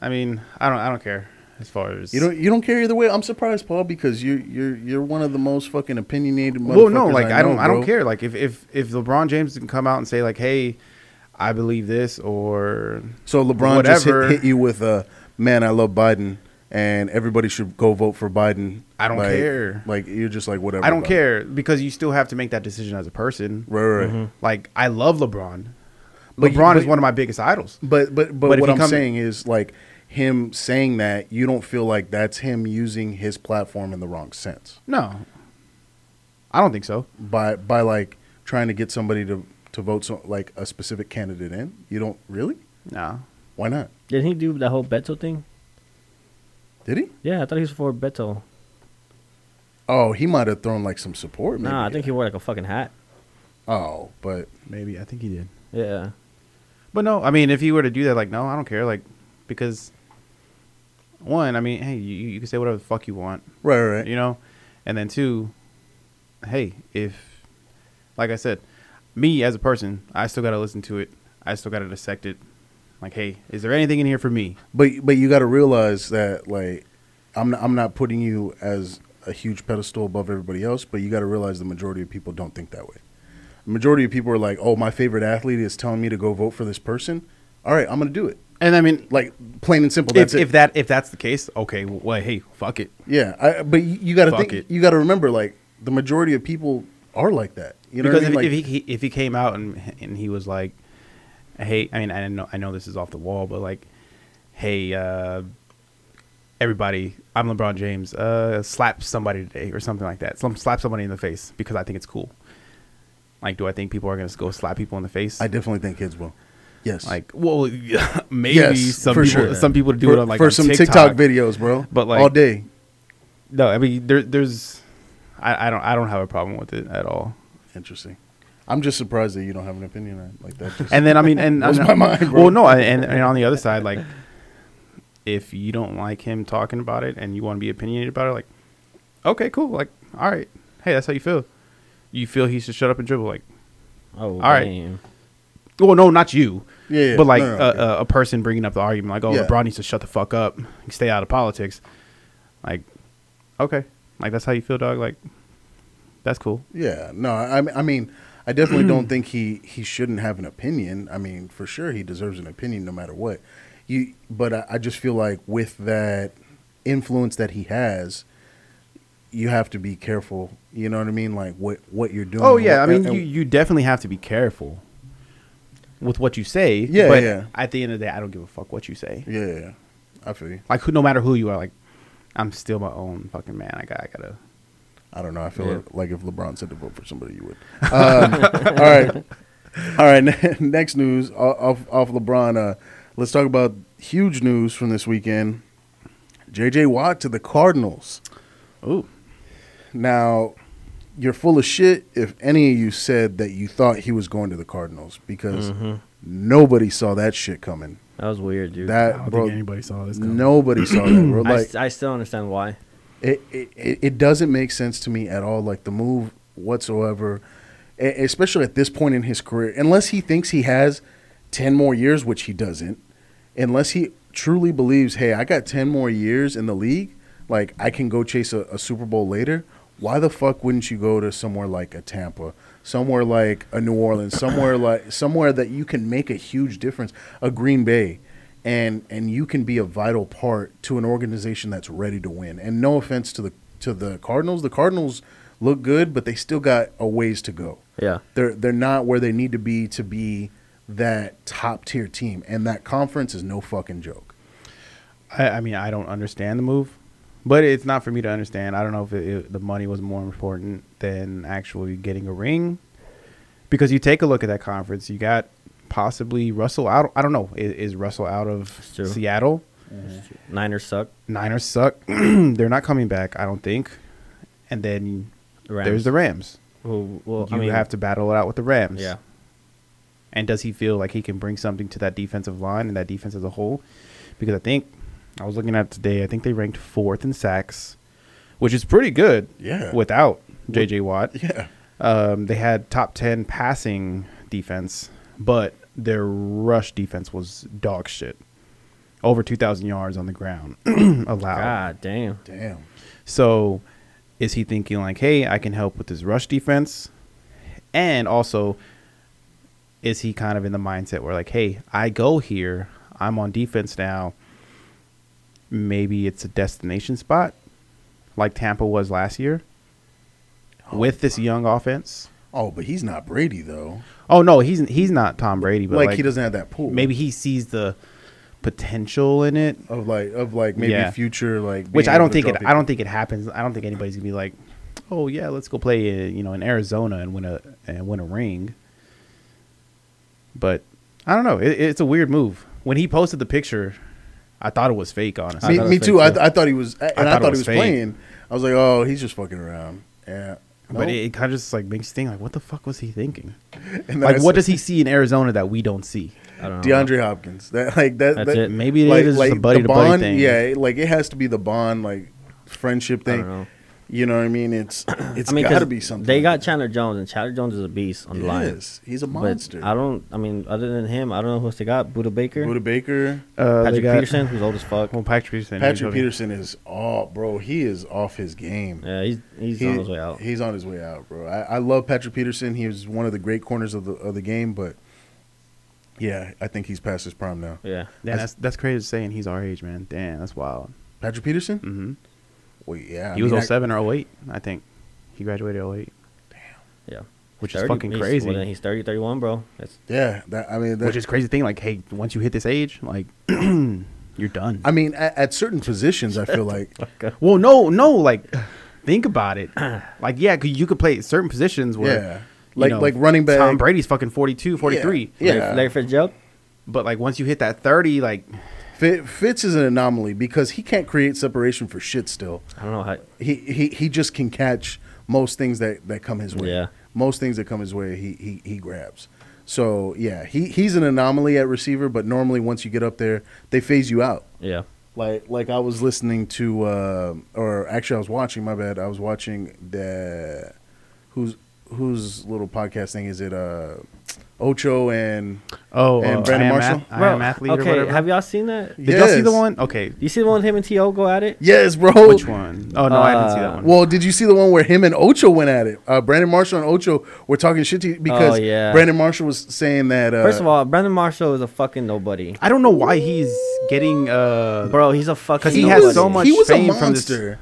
D: I mean, I don't I don't care as far as
C: You don't. You don't care either way. I'm surprised, Paul, because you you're you're one of the most fucking opinionated. Motherfuckers
D: Well, no, like I,
C: know,
D: don't, I don't
C: bro.
D: care. Like if if if LeBron James can come out and say like, "Hey, I believe this," or
C: So LeBron just
D: Whatever.
C: hit, hit you with a man. I love Biden, and everybody should go vote for Biden.
D: I don't
C: Like-
D: care.
C: Like you're just like whatever.
D: I don't
C: about it.
D: care because you still have to make that decision as a person.
C: Right, right. right.
D: Like I love LeBron.
C: But you-
D: LeBron is
C: but-
D: one of my biggest idols.
C: But but but,
D: But if
C: what
D: he
C: I'm
D: come-
C: saying is like him saying that you don't feel like that's him using his platform in the wrong sense
D: No, I don't think so.
C: by by like trying to get somebody to to vote so, like a specific candidate in. You don't really?
D: No,
C: Why not?
E: didn't he do that whole beto thing
C: Did he?
E: yeah i thought he was for beto
C: Oh, he might have thrown like some support. Maybe.
E: nah i think he wore like a fucking hat
C: Oh, but
D: maybe I think he did.
E: yeah
D: But no, I mean, if he were to do that, like, no, I don't care. Like, because one, I mean, hey, you, you can say whatever the fuck you want,
C: Right, right.
D: you know, and then two, hey, if like I said, me as a person, I still gotta listen to it, I still gotta dissect it. Like, hey, is there anything in here for me?
C: But but you got to realize that like I'm not, I'm not putting you as a huge pedestal above everybody else, but you got to realize the majority of people don't think that way. The majority of people are like, "Oh, my favorite athlete is telling me to go vote for this person. All right, I'm going to do it."
D: And I mean, like,
C: Like plain and simple. That's
D: if,
C: it.
D: if that if that's the case, okay, well, hey, fuck it.
C: yeah, I, but you, you got to
D: Fuck
C: think.
D: it.
C: You got to remember, like the majority of people are like that. You know,
D: because
C: what I mean?
D: if,
C: like,
D: if he if he came out and and he was like, hey, I mean, I know I know this is off the wall, but like, hey, uh, everybody, I'm LeBron James. Uh, slap somebody today or something like that. Some slap somebody in the face because I think it's cool. Like, do I think people are gonna go slap people in the face?
C: I definitely think kids will. Yes,
D: like, well, maybe
C: Yes,
D: some
C: for
D: people
C: sure.
D: some people do
C: for,
D: it on like
C: for
D: on
C: some TikTok. videos, bro.
D: But, like-
C: all day.
D: No, I mean there there's. I, I don't I don't have a problem with it at all.
C: Interesting. I'm just surprised that you don't have an opinion on it. Like that. Just,
D: And then I mean, and
C: Blows
D: and-
C: my mind, bro.
D: Well, no, I- and, and on the other side, like, if you don't like him talking about it and you want to be opinionated about it, like, okay, cool, like, all right, hey, that's how you feel. You feel he should shut up and dribble, like,
E: Oh, all
D: right.
E: right. Damn.
D: well, no, not you,
C: Yeah, yeah.
D: but like
C: No, no,
D: a,
C: okay.
D: a, a person bringing up the argument, like, oh,
C: Yeah.
D: LeBron needs to shut the fuck up, stay out of politics, like, okay, like that's how you feel, dog, like, that's cool.
C: yeah, no, I, I mean, I definitely don't think he he shouldn't have an opinion. I mean, for sure, he deserves an opinion no matter what. You, but I, I just feel like with that influence that he has, you have to be careful. You know what I mean? Like what what you're doing.
D: Oh yeah, I
C: and-
D: mean
C: and-
D: you, you definitely have to be careful with what you say.
C: Yeah,
D: but
C: yeah.
D: At the end of the day, I don't give a fuck what you say.
C: yeah, yeah, yeah. I feel you.
D: Like who, no matter who you are, like I'm still my own fucking man. I got, I gotta.
C: I don't know. I feel
D: Yeah.
C: like if LeBron said to vote for somebody, you would. Um, all right, all right. ne- Next news o- off off LeBron. Uh, let's talk about huge news from this weekend. J.J. Watt to the Cardinals.
D: Ooh,
C: Now, you're full of shit if any of you said that you thought he was going to the Cardinals because
D: Mm-hmm.
C: nobody saw that shit coming.
E: That was weird, dude.
D: I
C: That
D: don't
C: bro,
D: think anybody saw this. coming.
C: nobody saw that. Bro.
E: I,
C: Like,
E: s- I still don't understand why.
C: it, it, it it doesn't make sense to me at all, like the move whatsoever, e- especially at this point in his career. Unless he thinks he has 10 more years, which he doesn't, unless he truly believes, hey, I got 10 more years in the league, like I can go chase a, a Super Bowl later, why the fuck wouldn't you go to somewhere like a Tampa? Somewhere like a New Orleans, somewhere like somewhere that you can make a huge difference, a Green Bay and and you can be a vital part to an organization that's ready to win. And no offense to the to the Cardinals, the Cardinals look good, but they still got a ways to go.
E: Yeah.
C: They're they're not where they need to be to be that top tier team, and that conference is no fucking joke.
D: I, I mean, I don't understand the move, but it's not for me to understand. I don't know if it, it- the money was more important than actually getting a ring, because you take a look at that conference, you got possibly Russell out. I don't know. Is, is Russell out of
E: It's true.
D: Seattle?
E: Niners suck.
D: Niners suck. They're not coming back, I don't think. And then
E: The Rams.
D: there's the Rams.
E: Well, well
D: you
E: I mean,
D: have to battle it out with the Rams.
E: Yeah.
D: And does he feel like he can bring something to that defensive line and that defense as a whole? Because I think I was looking at it today. I think they ranked fourth in sacks, which is pretty good.
C: Yeah.
D: Without J.J. Watt.
C: Yeah.
D: Um, they had top ten passing defense, but their rush defense was dog shit. Over two thousand yards on the ground allowed.
E: God damn.
C: Damn.
D: So is he thinking like, hey, I can help with this rush defense? And also, is he kind of in the mindset where like, hey, I go here, I'm on defense now. Maybe it's a destination spot, like Tampa was last year, with this young offense.
C: Oh, but he's not Brady though.
D: Oh no, he's he's not Tom Brady, but
C: Like, he doesn't have that pool.
D: Maybe he sees the potential in it,
C: of like of like maybe
D: Yeah.
C: future like
D: which
C: being
D: I
C: able
D: don't
C: to
D: think it.
C: draw
D: I
C: people.
D: don't think it happens. I don't think anybody's gonna be like, oh yeah, let's go play uh, you know in Arizona and win a and win a ring. But I don't know. It, it's a weird move. When he posted the picture, I thought it was fake. Honestly,
C: Me,
E: thought it
C: me
E: was
C: too.
E: fake,
C: I,
E: too.
C: th- I thought he was, and I thought,
D: thought it
C: he
D: was
C: was
D: fake.
C: playing. I was like, oh, he's just fucking around. Yeah.
D: But
C: Nope.
D: it, kind of just like makes you think like, what the fuck was he thinking?
C: And then
D: Like,
C: I
D: what
C: said-
D: does he see in Arizona that we don't see?
E: I don't know.
C: DeAndre Hopkins. That like that.
E: Uh-huh. That's
C: that-
E: it.
D: Maybe it is just a buddy
C: the
D: to buddy
C: bond,
D: thing.
C: Yeah, it- like it has to be the bond, like friendship thing.
E: don't know.
C: You know what I mean? It's it's
E: I mean,
C: got
E: 'cause
C: to be something.
E: They
C: like
E: got Chandler Jones, and Chandler Jones is a beast on
C: that.
E: the line.
C: Yes, he's a
E: But
C: monster.
E: I don't. I mean, other than him, I don't know who else they got. Buda Baker,
C: Buda Baker,
D: Uh,
E: Patrick
D: they got- Oh.
E: Peterson, who's old as fuck.
D: Well, Patrick Peterson.
C: Patrick
D: usually.
C: Peterson is all bro. He is off his game.
E: Yeah, he's he's
C: He-
E: on his way out.
C: He's on his way out, bro. I, I love Patrick Peterson. He was one of the great corners of the of the game, but yeah, I think he's past his prime now.
E: yeah,
D: Yeah, that's that's crazy to say, and he's our age, man. Damn, that's wild.
C: Patrick Peterson?
D: hmm
E: Mm-hmm.
C: Well, yeah. I
D: he was
C: mean, I-
D: 07 or 08, I think. He graduated 08.
E: yeah.
D: Which is fucking
E: he's-
D: crazy.
E: well, then he's 30, 31, bro. That's
C: Yeah, that, I mean, that,
D: Which is crazy thing. Like, hey, once you hit this age, like, you're done.
C: I mean, at, at certain positions, I feel like
D: well, no, no. Like, think about it. Like, yeah, 'cause you could play certain positions where,
C: Yeah.
D: you
C: Like- like running back.
D: Tom Brady's fucking 42, 43.
C: Yeah.
E: Larry, Larry Fitzgerald.
D: But like, once you hit that 30, like,
C: Fit, Fitz is an anomaly because he can't create separation for shit. Still,
E: I don't know how.
C: he he, he just can catch most things that, that come his way.
E: Yeah.
C: most things that come his way, he he, he grabs. So yeah, he, he's an anomaly at receiver, but normally once you get up there, they phase you out.
E: Yeah,
C: like like I was listening to uh, or actually I was watching my bad I was watching the whose whose little podcast thing is it uh Ocho and
D: oh,
C: And
D: uh,
C: Brandon
D: I am
C: Marshall?
D: Ath- I
E: Bro,
D: am athlete
E: Okay,
D: or whatever.
E: have y'all seen that?
D: Did y'all see the
C: Yes.
D: one? Okay,
E: You see the one with him and T.O. go at it?
C: yes bro
D: which one? Oh no, I didn't see that
E: Uh,
D: one.
C: well did you see the one where him and Ocho went at it uh, Brandon Marshall and Ocho were talking shit to you because
E: yeah.
C: Brandon Marshall was saying that uh,
E: First of all, Brandon Marshall is a fucking nobody.
D: I don't know why he's getting uh,
E: Bro, he's a fucking
D: 'Cause he
C: he
D: has
C: was-
D: so much
C: he was
D: fame
C: a
D: from this-
C: monster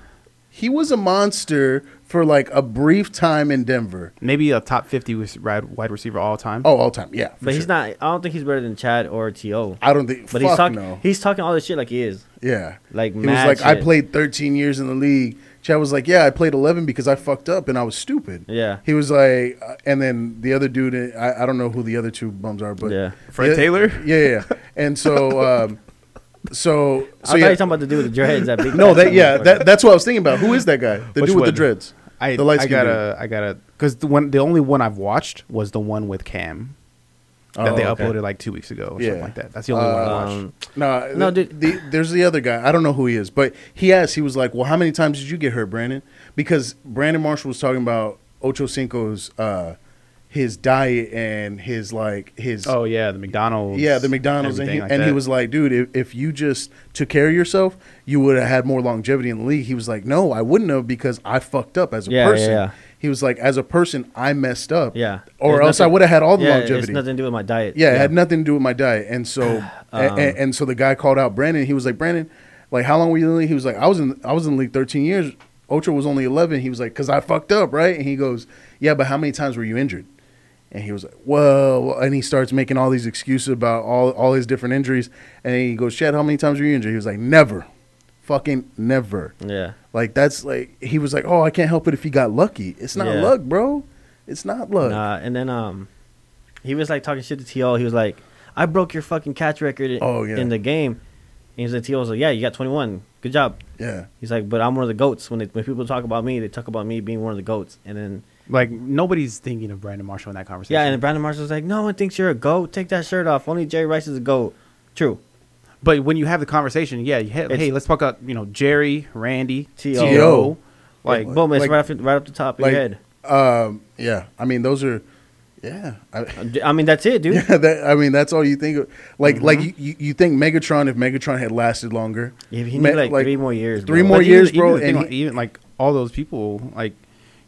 C: he was a monster for like a brief time in Denver
D: maybe a top 50 was- ri- wide receiver all time.
C: oh all time yeah for
E: But he's
C: sure.
E: not. I don't think he's better than Chad or T.O.
C: I don't think fuck
E: But he's talking.
C: no.
E: He's talking all this shit like he is.
C: Yeah.
E: Like,
C: he
E: mad
C: was like, I
E: shit.
C: played 13 years in the league. Chad was like, yeah, I played 11 because I fucked up and I was stupid.
E: Yeah.
C: He was like, uh, and then the other dude, uh, I, I don't know who the other two bums are, but
E: Yeah.
D: Fred
C: Yeah,
D: Taylor?
C: Yeah, yeah. And so, um, so, so
E: I thought you
C: yeah.
E: were talking about the dude with your heads that big.
C: no, that yeah, that, that's what I was thinking about. Who is that guy? The
D: Which
C: dude with the
D: one?
C: dreads.
D: I,
C: the
D: I
C: light-skinned
D: gotta, I gotta, because the one, the only one I've watched was the one with Cam that
C: Oh,
D: they
C: okay.
D: uploaded like two weeks ago or
C: Yeah. Uh,
D: something like that. That's the only one I watched.
E: Um,
C: dude. No,
E: No,
C: no,
E: dude.
C: The, there's the other guy. I don't know who he is, but he asked. He was like, "Well, how many times did you get hurt, Brandon?" Because Brandon Marshall was talking about Ocho Cinco's uh, his diet and his like his
D: Oh yeah, the McDonald's.
C: Yeah, the McDonald's, and, he,
D: everything like
C: and he
D: that.
C: was like, "Dude, if, if you just took care of yourself, you would have had more longevity in the league." He was like, "No, I wouldn't have because I fucked up as a
E: Yeah, yeah,
C: person."
E: yeah.
C: He was like, "As a person, I messed up."
E: Yeah.
C: or
E: There's
C: else I
E: nothing-
C: would have had all the
E: yeah, It's
C: longevity.
E: nothing to do with my diet.
C: yeah, it had nothing to do with my diet. And so,
E: Um,
C: and, and, and so the guy called out Brandon. He was like, "Brandon, like, how long were you in the league?" He was like, "I was in, I was in the league 13 years. Ocho was only 11." He was like, "Cause I fucked up, right?" And he goes, "Yeah, but how many times were you injured?" And he was like, "Well," and he starts making all these excuses about all all his different injuries. And he goes, "Chad, how many times were you injured?" He was like, "Never, fucking never."
E: Yeah.
C: Like that's like he was like, "Oh, I can't help it if he got lucky. It's not
E: Yeah.
C: luck, bro. It's not luck."
E: Nah, and then um, he was like talking shit to T.O. He was like, "I broke your fucking catch record in,
C: Oh, yeah.
E: in the game." And he was like, "T.O. was like, yeah, you got 21. Good job."
C: Yeah.
E: He's like, "But I'm one of the goats. When they, when people talk about me, they talk about me being one of the goats." And then
D: like nobody's thinking of Brandon Marshall in that conversation.
E: yeah, and then Brandon Marshall's like, "No one thinks you're a goat. Take that shirt off. Only Jerry Rice is a goat." True.
D: but when you have the conversation, yeah, you hit,
E: It's-
D: hey, let's talk about you know Jerry, Randy,
E: T.O..
D: T.O.,
E: Like,
D: like
E: boom, it's
C: like-
E: right up right up the top of
C: like-
E: your head.
C: Um, yeah, I mean those are, yeah, I,
E: I mean, that's it, dude.
C: yeah. That I mean that's all you think. Of. Like
E: Mm-hmm.
C: like you- you, you think Megatron if Megatron had lasted longer.
E: Yeah, he
C: Me-
E: needed like, three more years.
C: three
E: bro.
C: more
D: But
C: years,
D: even,
C: bro,
D: Even, the thing
C: and
D: like-
C: he-
D: even, like all those people, like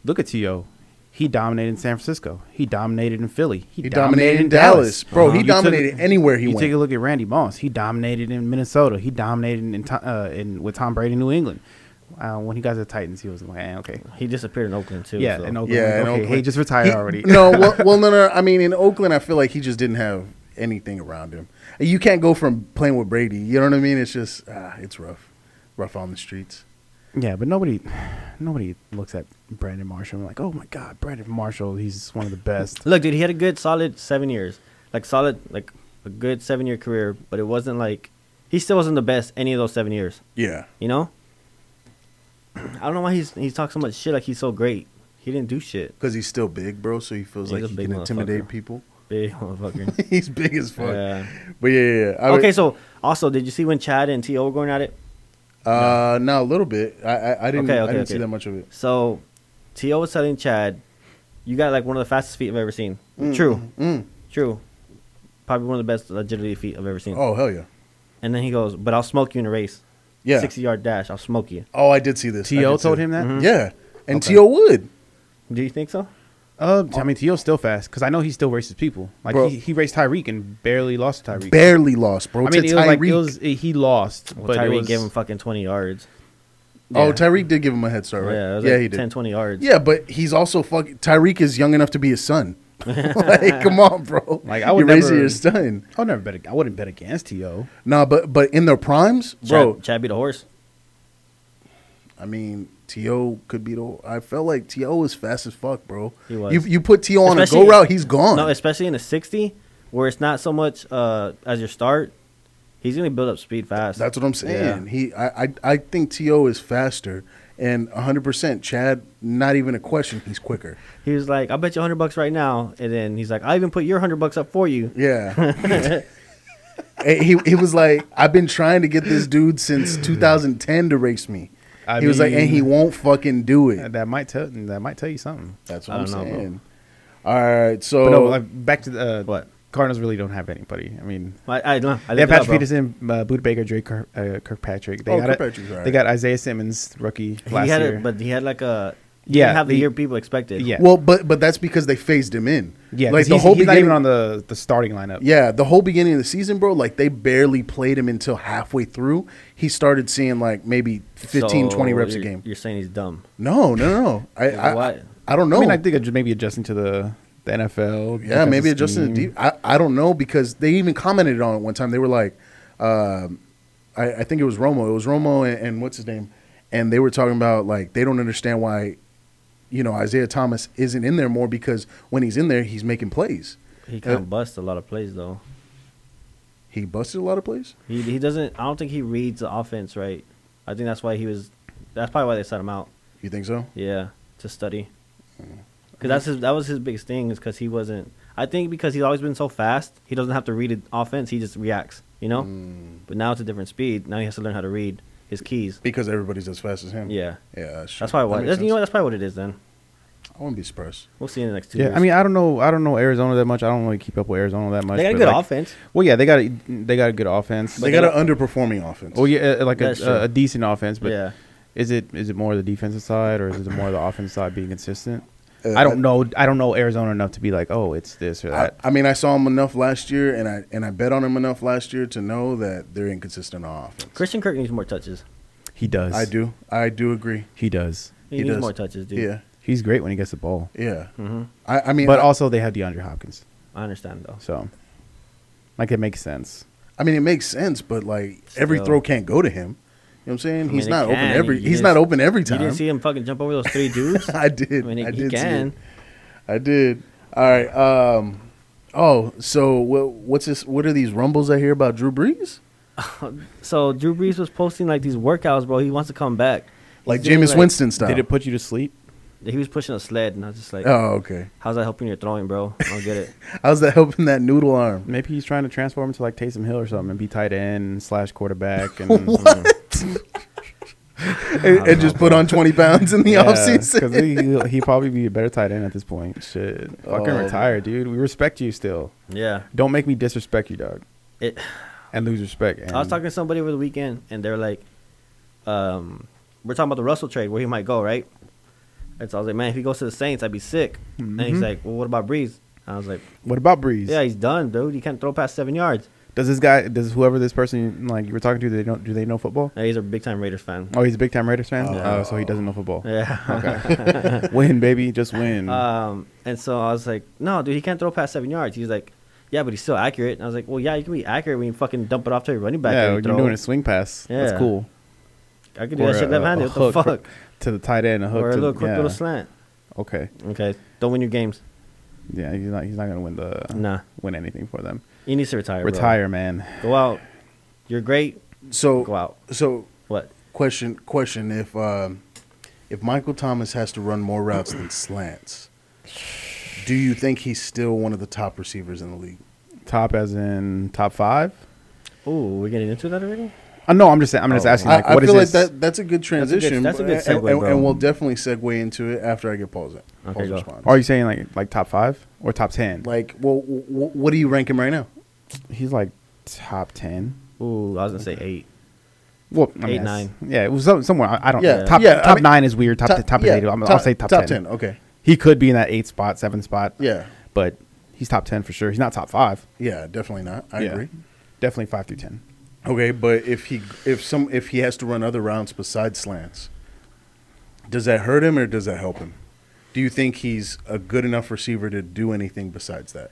D: look at T.O. He dominated in San Francisco. He dominated in Philly.
C: He dominated in Dallas. Bro, he
D: You took-
C: dominated anywhere he
D: you
C: went.
D: take a look at Randy Moss. He dominated in Minnesota. He dominated in to- uh, in with Tom Brady in New England. Uh, when he got to the Titans, he was like, eh, okay,
E: He disappeared in Oakland too.
D: yeah,
E: so.
D: in Oakland.
C: Yeah,
D: like,
C: in
D: okay,
C: Oakland.
D: hey, just retire
C: He-
D: already.
C: no, well, well, no, no. I mean, in Oakland, I feel like he just didn't have anything around him. You can't go from playing with Brady. You know what I mean? It's just ah, it's rough, rough on the streets.
D: Yeah, but nobody, nobody looks at Brandon Marshall and like, oh my God, Brandon Marshall, he's one of the best.
E: Look, dude, he had a good solid seven years. Like solid like a good seven year career, but it wasn't like he still wasn't the best any of those seven years.
C: Yeah,
E: You know? I don't know why he's he talks so much shit like he's so great. He didn't do shit.
C: because he's still big, bro. So he feels
E: He's
C: like
E: a
C: he
E: big
C: can intimidate
E: motherfucker.
C: people.
E: Big motherfucker.
C: he's big as fuck.
E: Yeah.
C: But yeah, yeah. yeah. I
E: okay,
C: would-
E: so also, did you see when Chad and T.O. were going at it?
C: uh, no, a little bit. I I, I didn't
E: Okay,
C: I
E: okay,
C: didn't see
E: okay.
C: that much of it.
E: So, T.O. was telling Chad, "You got like one of the fastest feet I've ever seen. True,
C: Mm.
E: true. Probably one of the best agility feet I've ever seen."
C: Oh hell yeah,
E: And then he goes, "But I'll smoke you in a race.
C: yeah.
E: sixty yard dash. I'll smoke you.
C: Oh, I did see this. I
D: To
C: did see
D: told
C: it. Mm-hmm.
D: him that. Mm-hmm.
C: Yeah, and
D: Okay.
C: To would.
E: Do you think so?
D: Uh, I mean, To's still fast because I know he still races people. Like
C: Bro.
D: he, he raced Tyreek and barely lost to Tyreek.
C: barely lost, bro.
D: I mean,
C: to
D: it was like it
C: Tyreek.
D: was, eh, he lost,
E: Well,
D: but it
E: Tyreek
D: was,
E: gave him fucking twenty yards.
C: oh,
D: yeah.
C: Tyreek did give him a head start, right?
E: Yeah, it was
C: yeah,
E: like
C: he did.
E: 10, 20 yards.
C: Yeah, but he's also fucking. Tyreek is young enough to be his son. like, come on, bro.
D: Like, I would
C: You're raising
D: never-
C: your son.
D: I would Oh, never bet. ag- I wouldn't bet against To.
C: Nah, but but in their primes, bro.
E: Chad, Chad beat a horse.
C: I mean, To could be the. I felt like To was fast as fuck, bro.
E: He was.
C: You you put To on a
E: Especially-
C: go route, he's gone.
E: No, especially in the sixty, where it's not so much uh, as your start. He's gonna build up speed fast.
C: That's what I'm saying. He, I, I, I think To is faster, and 100 percent Chad. Not even a question. He's quicker.
E: He was like, "I'll bet you hundred bucks right now," and then he's like, "I even put your hundred bucks up for you."
C: Yeah. And he he was like, I've been trying to get this dude since 2010 to race me.
D: I
C: he was like, and he
D: mean-
C: won't fucking do it.
D: That might tell. That might tell you something.
C: That's
E: I
C: what I'm
E: don't know, bro.
C: saying. All right, so
D: But no, like, back to the uh,
E: What?
D: Cardinals really don't have anybody. I mean,
E: I, I, don't know. I looked
D: they have
E: it up,
D: Patrick
E: bro.
D: Peterson, uh, Buda Baker, Drake Kirk, uh, Kirkpatrick. They
C: Oh,
D: got a-
C: Kirkpatrick's all right.
D: They got Isaiah Simmons, rookie
E: He
D: last
E: had
D: year.
E: it, but he had like a he
D: Yeah,
E: didn't have the
D: he-
E: year people expected.
D: Yeah.
C: well, but but that's because they phased him in.
D: yeah,
C: like the
D: he's,
C: whole
D: he's not
C: beginning
D: even on the the starting lineup.
C: Yeah, the whole beginning of the season, bro, like they barely played him until halfway through. He started seeing like maybe 15,
E: So
C: 20 reps a
E: you're-
C: game.
E: You're saying he's dumb.
C: No, no, no, no. I, I,
E: Why?
C: I don't know.
D: I mean, I think it's maybe adjusting to the, the NFL.
C: Yeah, maybe
D: defensive
C: adjusting the
D: scheme.
C: deep. I, I don't know because they even commented on it one time. They were like, um, I, I think it was Romo. It was Romo and, and what's his name, and they were talking about like they don't understand why, you know, Isaiah Thomas isn't in there more because when he's in there, he's making plays.
E: He kind of busts a lot of plays though.
C: He busted a lot of plays.
E: He he doesn't. I don't think he reads the offense right. I think that's why he was. That's probably why they set him out.
C: You think so?
E: Yeah, to study.
C: Mm.
E: Because that's his. That was his biggest thing is because he wasn't. I think because he's always been so fast, he doesn't have to read an offense. He just reacts. You know.
C: Mm.
E: But now it's a different speed. Now he has to learn how to read his keys.
C: Because everybody's as fast as him.
E: Yeah.
C: Yeah. That's,
E: That's probably
C: why.
E: why. That's, you know what? That's probably what it is then.
C: I wouldn't be surprised.
E: We'll see in the next two.
D: Yeah,
E: years.
D: I mean, I don't know, I don't know Arizona that much. I don't really keep up with Arizona that much.
E: they got a
D: but,
E: good
D: like-
E: offense.
D: Well, yeah, they got a, they got a good offense.
C: they got an underperforming offense.
D: Oh yeah, uh, like a,
E: That's true.
D: a, a decent offense, but
E: Yeah.
D: is it is it more the defensive side or is it more the offensive side being consistent?
C: Uh,
D: I don't know. I don't know Arizona enough to be like, oh, it's this or
C: I,
D: that.
C: I mean, I saw him enough last year, and I and I bet on him enough last year to know that they're inconsistent on offense.
E: Christian Kirk needs more touches.
D: he does.
C: I do. I do agree.
D: He does.
E: He,
C: He
E: needs
C: does.
E: more touches, dude. Mm-hmm.
C: Yeah.
D: He's great when he gets the ball,
C: Yeah. I, I mean,
D: but
C: I-
D: also they have DeAndre Hopkins,
E: I understand though.
D: so like it makes sense.
C: I mean, it makes sense, but like every
E: Still.
C: throw can't go to him. You know what I'm saying? he's
E: mean, it
C: not open
E: can.
C: every.
E: You
C: he's
E: didn't-
C: not open every
E: You
C: time.
E: didn't see him fucking jump over those three dudes.
C: I did.
E: I mean, he,
C: I
E: he
C: did see
E: can.
C: it. I did. All right. Um. Oh, so what? What's this? What are these rumbles I hear about Drew Brees?
E: So Drew Brees was posting like these workouts, bro. He wants to come back. He's
C: Like
E: doing,
C: Jameis Winston style.
D: Did it put you to sleep?
E: He was pushing a sled, and I was just like,
C: oh, okay.
E: "How's that helping your throwing, bro? I don't get it."
C: How's that helping that noodle arm?
D: Maybe he's trying to transform into like Taysom Hill or something and be tight end slash quarterback and
C: And, and just put on twenty pounds in the off
D: because
C: offseason.
D: he he probably be a better tight end at this point. Shit, fucking
C: Oh.
D: retire, dude. We respect you still.
E: Yeah,
D: Don't make me disrespect you, dog,
E: it,
D: and lose respect. And
E: I was talking to somebody over the weekend, and they're like, um, "We're talking about the Russell trade, where he might go, right?" And so I was like, "Man, if he goes to the Saints, I'd be sick." And
C: Mm-hmm.
E: he's like, "Well, what about Brees?" I was like,
D: What about Breeze?
E: "Yeah, he's done, dude. He can't throw past seven yards."
D: Does this guy? Does whoever this person like you were talking to? They don't. Do they know football?
E: And he's a big time Raiders fan.
D: Oh, he's a big time Raiders fan.
C: Yeah.
D: Oh, so he doesn't know football.
E: Yeah.
D: Okay. win, baby, just win.
E: Um, and so I was like, no, dude, he can't throw past seven yards. He's like, yeah, but he's still accurate. And I was like, well, yeah, you can be accurate when you fucking dump it off to your running back.
D: yeah,
E: and
D: you're
E: throw.
D: doing a swing pass.
E: Yeah.
D: That's cool.
E: I can do
D: Or
E: that shit
D: a-
E: left
D: a
E: handed. What the
D: hook for-
E: fuck?
D: To the tight end, a hook.
E: Or a
D: to-
E: little quick
D: yeah.
E: little slant.
D: Okay.
E: Okay, don't win your games.
D: Yeah, he's not. He's not gonna win the.
E: Nah.
D: Win anything for them.
E: He needs to retire. bro.
D: Retire, man.
E: Go out. You're great.
C: So
E: Go out.
C: So
E: What?
C: question question if um if Michael Thomas has to run more routes than slants, do you think he's still one of the top receivers in the league?
D: Top as in top five?
E: Ooh, we're getting into that already.
D: Uh, no, I'm just saying. I'm
E: Oh.
D: just asking. Like,
C: I, I
D: what is
C: feel like
D: his-
C: that that's a good transition.
E: that's a good
C: but- and-
E: segue,
C: and,
E: bro.
C: and we'll definitely segue into it after I get Paul's, Paul's
E: go.
C: response.
D: Are you saying like like top five or top ten?
C: like, well, w- w- what do you rank him right now?
D: he's like top ten.
E: Ooh, I was gonna say eight.
D: Well,
E: Eight,
D: I mean, that's-
E: nine.
D: Yeah, it was some- somewhere. I, I don't.
C: Yeah.
D: know. Top,
C: Yeah, I
D: top
C: mean-
D: nine is weird. Top top, top is
C: yeah,
D: eight. I'm, I'll say top, ten.
C: Okay.
D: He could be in that eight spot, seven spot.
C: Yeah.
D: but he's top ten for sure. He's not top five.
C: Yeah, definitely not. I
D: Yeah.
C: agree.
D: Definitely five through ten.
C: Okay, but if he if some if he has to run other rounds besides slants, does that hurt him or does that help him? Do you think he's a good enough receiver to do anything besides that?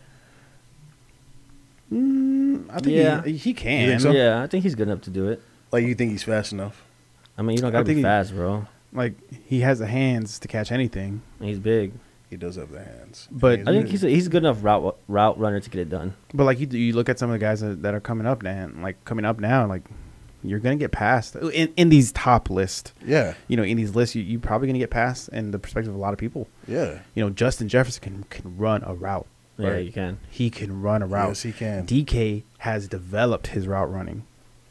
D: I think
E: Yeah.
D: he, he can.
C: You think so?
E: Yeah, I think he's good enough to do it.
C: Like you think he's fast enough?
E: I mean, you don't
D: I
E: gotta
D: think
E: be
D: he-
E: fast, bro.
D: Like he has the hands to catch anything.
E: And he's big.
C: He does have the hands.
D: But-
E: I think he's a, he's a good enough route route runner to get it done.
D: But like you, do- you look at some of the guys that, that are coming up now, like coming up now, like you're gonna get passed in, in these top list.
C: yeah,
D: You know, in these lists, you, you're probably gonna get passed in the perspective of a lot of people.
C: yeah.
D: You know, Justin Jefferson can can run a route.
E: Yeah,
D: right?
E: you can.
D: He can run a route.
C: Yes, he can.
D: DK has developed his route running.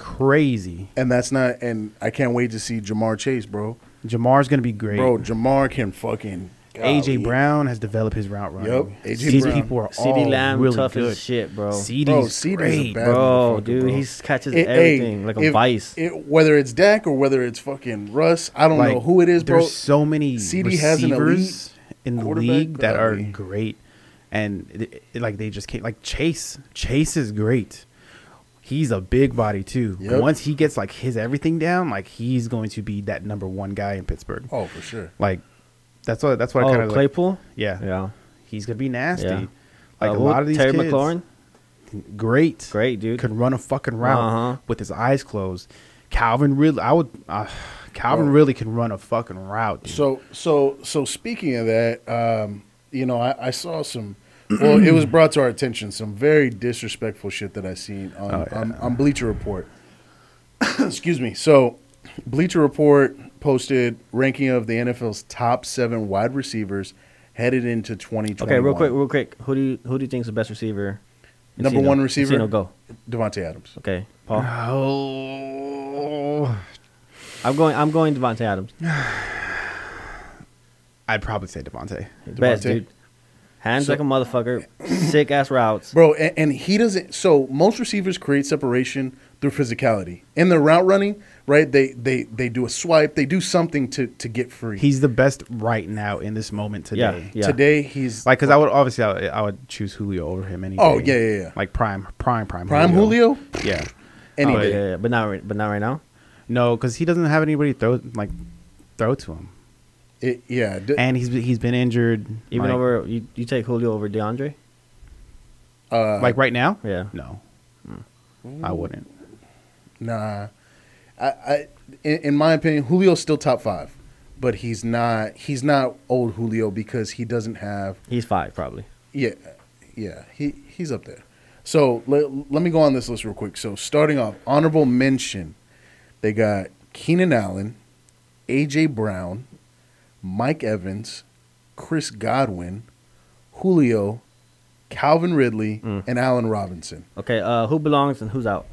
D: Crazy.
C: And that's not. And I can't wait to see Jamar Chase, bro.
D: Jamar's gonna be great.
C: Bro, Jamar can fucking golly.
D: AJ Brown has developed his route running.
C: Yep, AJ
D: These
C: Brown.
D: people are all
E: CD Lamb
D: really
E: tough
D: good.
E: as shit, bro.
D: CD's
C: Bro, CD's a
D: great.
C: bad-
E: bro,
C: motherfucker,
E: dude,
C: bro.
E: he catches
C: It- hey,
E: everything like a
C: if-
E: vice.
C: it- whether it's Dak or whether it's fucking Russ, I don't know who it is, bro.
D: There's so many
C: CD has an elite
D: receivers in the
C: quarterback,
D: league that are
C: golly.
D: great, and it, it- like they just can't. Like Chase, Chase is great. He's a big body too.
C: Yep.
D: Once he gets like his everything down, like he's going to be that number one guy in Pittsburgh.
C: oh, for sure.
D: Like that's what that's what I kind
E: oh,
D: of
E: Claypool.
D: yeah,
E: Yeah.
D: He's gonna be nasty.
E: Yeah.
D: Like
E: Uh,
D: a
E: who-
D: lot of these
E: Terry
D: kids,
E: McLaurin.
D: great,
E: Great, dude.
D: Could run a fucking route
E: Uh-huh.
D: with his eyes closed. Calvin really, I would. Uh, Calvin
C: Bro.
D: really can run a fucking route. Dude.
C: So so so speaking of that, um, you know, I, I saw some. Well, it was brought to our attention some very disrespectful shit that I seen on
D: Oh, yeah.
C: on, on Bleacher Report. Excuse me. So, Bleacher Report posted ranking of the NFL's top seven wide receivers headed into twenty twenty.
E: Okay, real quick, real quick. Who do you who do you think is the best receiver?
C: Number
E: Encino.
C: one receiver?
E: Encino, go.
C: Devontae Adams.
E: Okay, Paul.
D: oh,
E: I'm going. I'm going Devontae Adams.
D: I'd probably say Devontae.
E: Best
C: Devontae.
E: dude. Hands like a motherfucker. sick ass routes.
C: Bro, and, and he doesn't. So most receivers create separation through physicality in their route running, right? They they they do a swipe, they do something to to get free.
D: He's the best right now in this moment
E: Yeah,
D: today.
E: yeah.
C: Today he's
D: Like, cause I would obviously I would, I would choose Julio over him any.
C: Oh,
D: day.
C: yeah, yeah, yeah.
D: Like prime, prime, prime,
C: prime Julio.
D: Yeah,
C: Any
E: Oh, yeah,
C: day.
E: yeah, yeah, but not right- but not right now.
D: no, cause he doesn't have anybody throw like throw to him,
C: It- yeah, d-
D: and he's he's been injured.
E: Even
D: like,
E: over you, you take Julio over DeAndre.
C: uh,
D: like right now.
E: Yeah. Hmm.
D: no, I wouldn't.
C: nah. I, I in, in my opinion, Julio's still top five, but he's not. He's not old Julio because he doesn't have.
E: He's five probably.
C: Yeah, yeah. He he's up there. So let, let me go on this list real quick. So starting off, honorable mention, they got Keenan Allen, AJ Brown, Mike Evans, Chris Godwin, Julio, Calvin Ridley, and Allen Robinson.
E: Okay, uh, who belongs and who's out?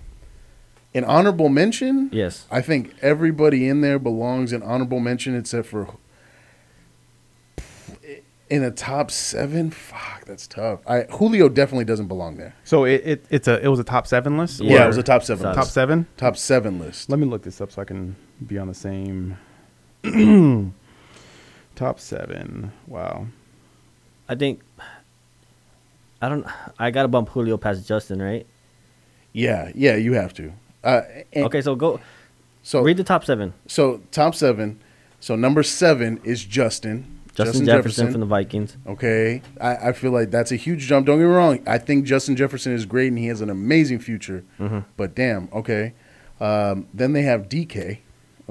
C: An honorable mention.
E: Yes.
C: I think everybody in there belongs in honorable mention except for in a top seven. Fuck, that's tough. I Julio definitely doesn't belong there.
D: So it, it it's a it was a top seven list.
C: Yeah,
D: Or-
C: it was a top seven.
D: top
C: list.
D: seven.
C: Top seven list.
D: Let me look this up so I can be on the same. top seven. Wow.
E: I think. I don't. I gotta bump Julio past Justin, right?
C: Yeah, yeah, you have to. Uh, and
E: Okay, so go
C: so
E: read the top seven.
C: so top seven. So number seven is Justin.
E: Justin, Jefferson, from the Vikings.
C: Okay, I, I feel like that's a huge jump. Don't get me wrong. I think Justin Jefferson is great and he has an amazing future. But damn, okay. Um, then they have DK.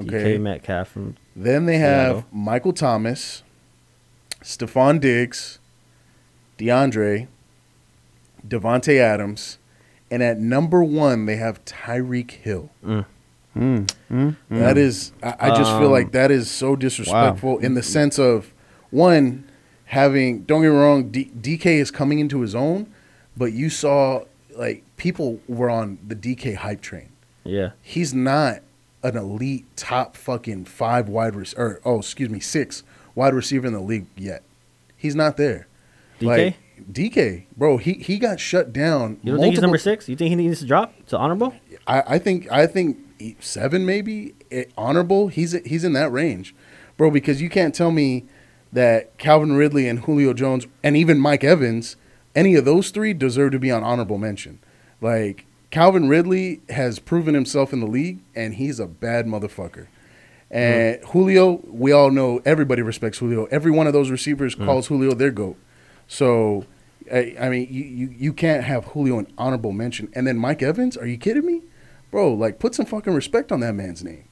C: Okay.
E: DK Metcalf from
C: Then they have
E: Seattle.
C: Michael Thomas, Stephon Diggs, DeAndre, Devontae Adams, and at number one they have Tyreek Hill.
D: Hmm.
C: That is, I, I just feel like that is so disrespectful in the sense of one having. Don't get me wrong, D, DK is coming into his own, but you saw like people were on the DK hype train.
E: Yeah.
C: He's not an elite top fucking five wide rec- or oh excuse me six wide receiver in the league yet. He's not there.
E: DK?
C: DK, bro, he he got shut down.
E: You don't think he's
C: multiple
E: number six? You think he needs to drop to honorable?
C: I, I think I think eight- seven maybe eh, honorable. He's he's in that range, bro. Because you can't tell me that Calvin Ridley and Julio Jones and even Mike Evans, any of those three deserve to be on honorable mention. Like Calvin Ridley has proven himself in the league, and he's a bad motherfucker. And Julio, we all know everybody respects Julio. Every one of those receivers calls Julio their goat. So, I, I mean, you, you, you can't have Julio an honorable mention. And then Mike Evans, are you kidding me? Bro, like, put some fucking respect on that man's name.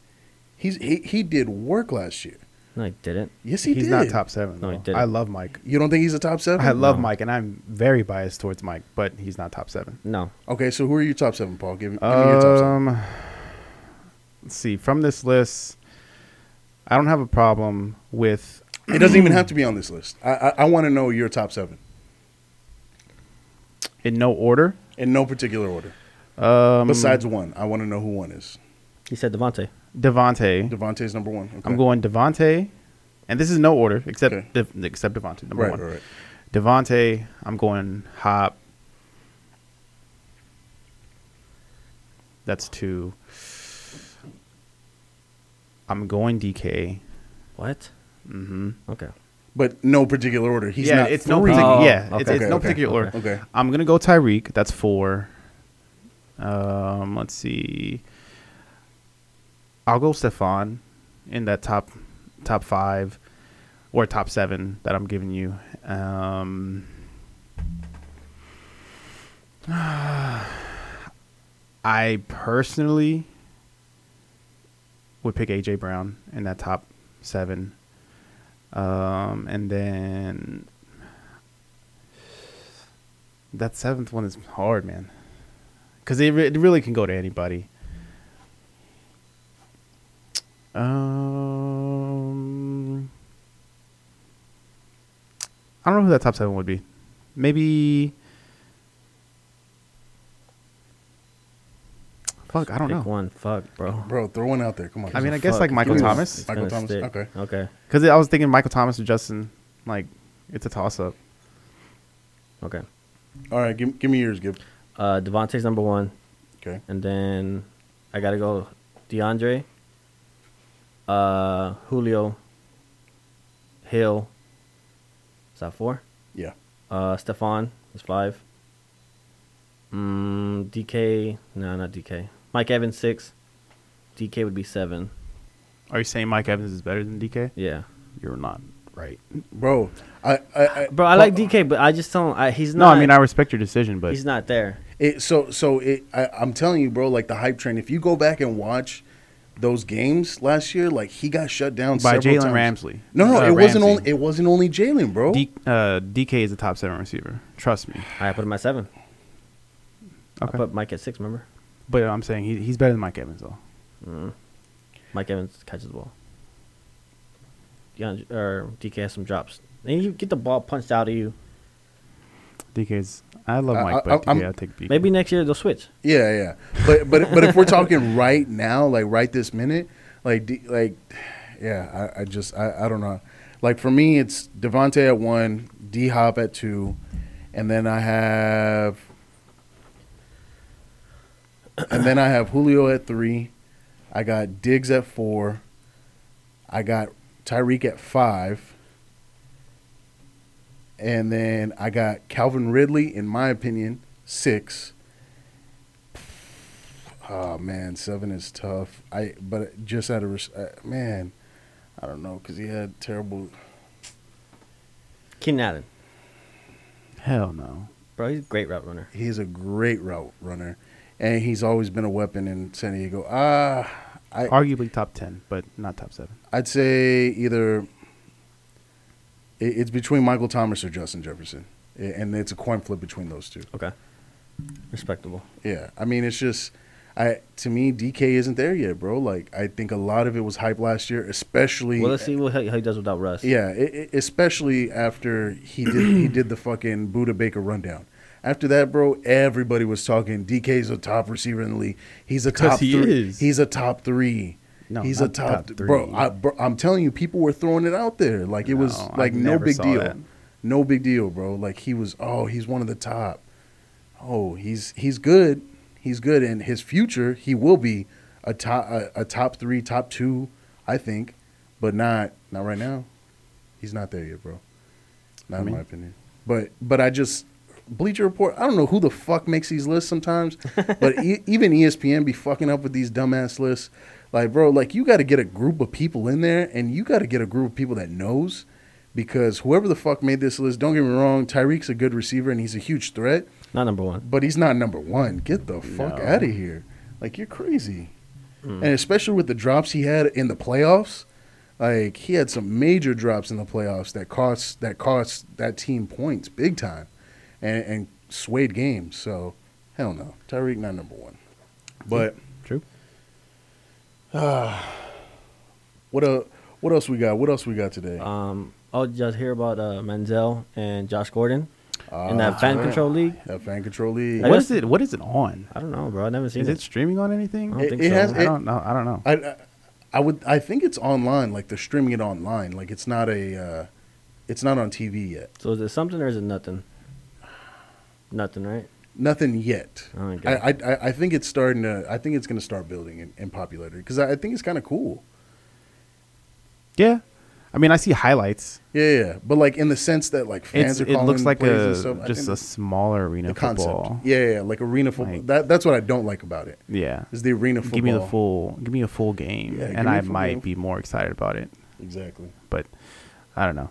C: He's, he, he did work last year.
E: No, he didn't.
C: Yes, he
D: He's
C: did.
D: not top seven.
E: No, he
D: though.
E: didn't.
D: I love Mike.
C: You don't think he's a top seven?
D: I love Mike, and I'm very biased towards Mike, but he's not top seven.
E: No.
C: Okay, so who are your top seven, Paul? Give, give me your top seven.
D: Um, let's see. From this list, I don't have a problem with.
C: It doesn't even have to be on this list. I, I, I want to know your top seven
D: In no order,
C: in no particular order.
D: um,
C: Besides one, I want to know who one is.
E: He said Devontae.
D: Devontae,
C: Devontae's number one. Okay.
D: I'm going Devontae, and this is no order except
C: Okay.
D: Dev- except Devontae number
C: Right,
D: one.
C: right, right.
D: Devontae, I'm going Hop. That's two. I'm going DK.
E: What? Mm-hmm. Okay.
C: But no particular order. He's
D: yeah,
C: not
D: it's no
C: three.
D: particular.
E: Oh,
D: yeah, it's,
E: okay.
D: it's no
C: Okay,
D: particular order.
C: okay, okay.
D: I'm gonna go Tyreek. That's four. Um, let's see. I'll go Stefan in that top top five or top seven that I'm giving you. Um, I personally would pick AJ Brown in that top seven. Um, and then that seventh one is hard, man. Because it, re- it really can go to anybody. Um, I don't know who that top seven would be. Maybe. Fuck, I don't
E: Pick
D: know.
E: one. Fuck, bro.
C: Bro, throw one out there. Come on.
D: I mean, I
E: Fuck.
D: guess like Michael
C: Give me-
D: Thomas.
E: It's
C: Michael
E: gonna
C: Thomas,
E: stick.
C: okay.
E: Okay.
D: Because I was thinking Michael Thomas or Justin. Like, it's a toss up.
E: Okay.
C: All right, give, give me yours, Gib.
E: Uh, Devontae's number one.
C: Okay.
E: And then I gotta go DeAndre, uh, Julio, Hill. Is that four?
C: Yeah.
E: Uh, Stefan is five. Mm, DK, no, not DK. Mike Evans six. DK would be seven.
D: Are you saying Mike Evans is better than DK?
E: Yeah,
D: You're not right.
C: Bro, I, I, I
E: bro, I like DK, but I just don't. I, he's
D: No,
E: not.
D: I mean I respect your decision, but
E: he's not there.
C: It, so so it, I, I'm telling you, bro. Like the hype train. If you go back and watch those games last year, like he got shut down
D: By
C: several
D: Jalen
C: times.
D: Ramsey.
C: No, no,
D: Uh,
C: it wasn't
D: Ramsey.
C: only it wasn't only Jalen, bro.
D: D, uh, DK is a top seven receiver. Trust me.
E: I put him at seven. I
D: Okay.
E: put Mike at six. Remember,
D: But I'm saying he, he's better than Mike Evans though.
E: Mike Evans catches the ball. DeAndre, or DK has some drops. And you get the ball punched out of you.
D: DK's. I love
C: I-
D: Mike,
C: I-
D: but
C: I'm-
D: DK, I take DK.
E: Maybe next year they'll switch.
C: yeah, yeah. But but but if we're talking right now, like right this minute, like D, like, yeah. I, I just I, I don't know. Like for me, it's Devonte at one, D Hop at two, and then I have, and then I have Julio at three. I got Diggs at four. I got Tyreek at five. And then I got Calvin Ridley, in my opinion, six. Oh man, seven is tough. I but just out of res- uh, man, I don't know because he had terrible.
E: Keenan Allen,
D: Hell no.
E: bro, he's a great route runner.
C: He's a great route runner, and he's always been a weapon in San Diego. Ah, I
D: Arguably top ten, but not top seven.
C: I'd say either it, it's between Michael Thomas or Justin Jefferson, A- and it's a coin flip between those two.
E: Okay, respectable.
C: Yeah, I mean it's just I to me DK isn't there yet, bro. Like I think a lot of it was hype last year, especially
E: Well, let's see what, how how he does without Russ.
C: yeah, it, it- especially after he did he did the fucking Buda Baker rundown. After that, bro, everybody was talking. DK's a top receiver in the league. He's a
D: 'Cause
C: top
D: he
C: three.
D: is.
C: He's a top three.
D: No,
C: he's
D: not
C: a top,
D: top
C: th- bro,
D: three.
C: I, bro. I'm telling you, people were throwing it out there like it was
D: No, I
C: like no
D: never
C: big
D: saw
C: deal,
D: that.
C: no big deal, bro. Like he was, oh, he's one of the top. Oh, he's he's good, he's good, and his future he will be a top a, a top three, top two, I think, but not not right now. He's not there yet, bro. Not in my opinion. But but I just Bleacher Report. I don't know who the fuck makes these lists sometimes, but e- even ESPN be fucking up with these dumbass lists. Like bro, like you got to get a group of people in there, and you got to get a group of people that knows, because whoever the fuck made this list, don't get me wrong, Tyreek's a good receiver and he's a huge threat,
E: Not number one.
C: but he's not number one. Get the fuck out of here. Like you're crazy,
E: Hmm.
C: and especially with the drops he had in the playoffs. Like he had some major drops in the playoffs that cost that cost that team points big time, and, and swayed games. So hell no, Tyreek not number one. But
D: True.
C: what uh, what else we got? What else we got today?
E: Um, oh, did you guys hear about uh, Manziel and Josh Gordon Uh, in that fan
C: right.
E: control league?
C: Ah, that fan control league.
E: I
D: What
E: guess-
D: is it? What is it on?
E: I don't know, bro. I never seen
D: Is it
E: it.
D: streaming on anything?
E: I
D: I
E: don't
C: It-
E: think
C: it
E: so.
C: has- it-
D: don't know. I don't know.
C: I, I- I would I think it's online. Like they're streaming it online. Like it's not a, uh, it's not on TV yet.
E: so is it something or is it nothing? Nothing, right?
C: Nothing yet.
E: Okay.
C: I, I I- I think it's starting to. I think it's going to start building in, in popularity because I, I think it's kind of cool.
D: yeah. I mean, I see highlights.
C: Yeah, yeah. But like in the sense that like fans
D: It's,
C: are
D: it
C: calling
D: looks like
C: plays
D: a
C: and stuff. I
D: just a
C: think
D: smaller arena
C: the concept.
D: football.
C: Yeah, yeah, yeah, like arena football.
D: Like-
C: that that's what I don't like about it.
D: Yeah.
C: Is the arena football?
D: Give me the full. Give me a full game,
C: Yeah, give
D: and
C: me a
D: I
C: full
D: might
C: game.
D: be more excited about it.
C: Exactly.
D: But I don't know.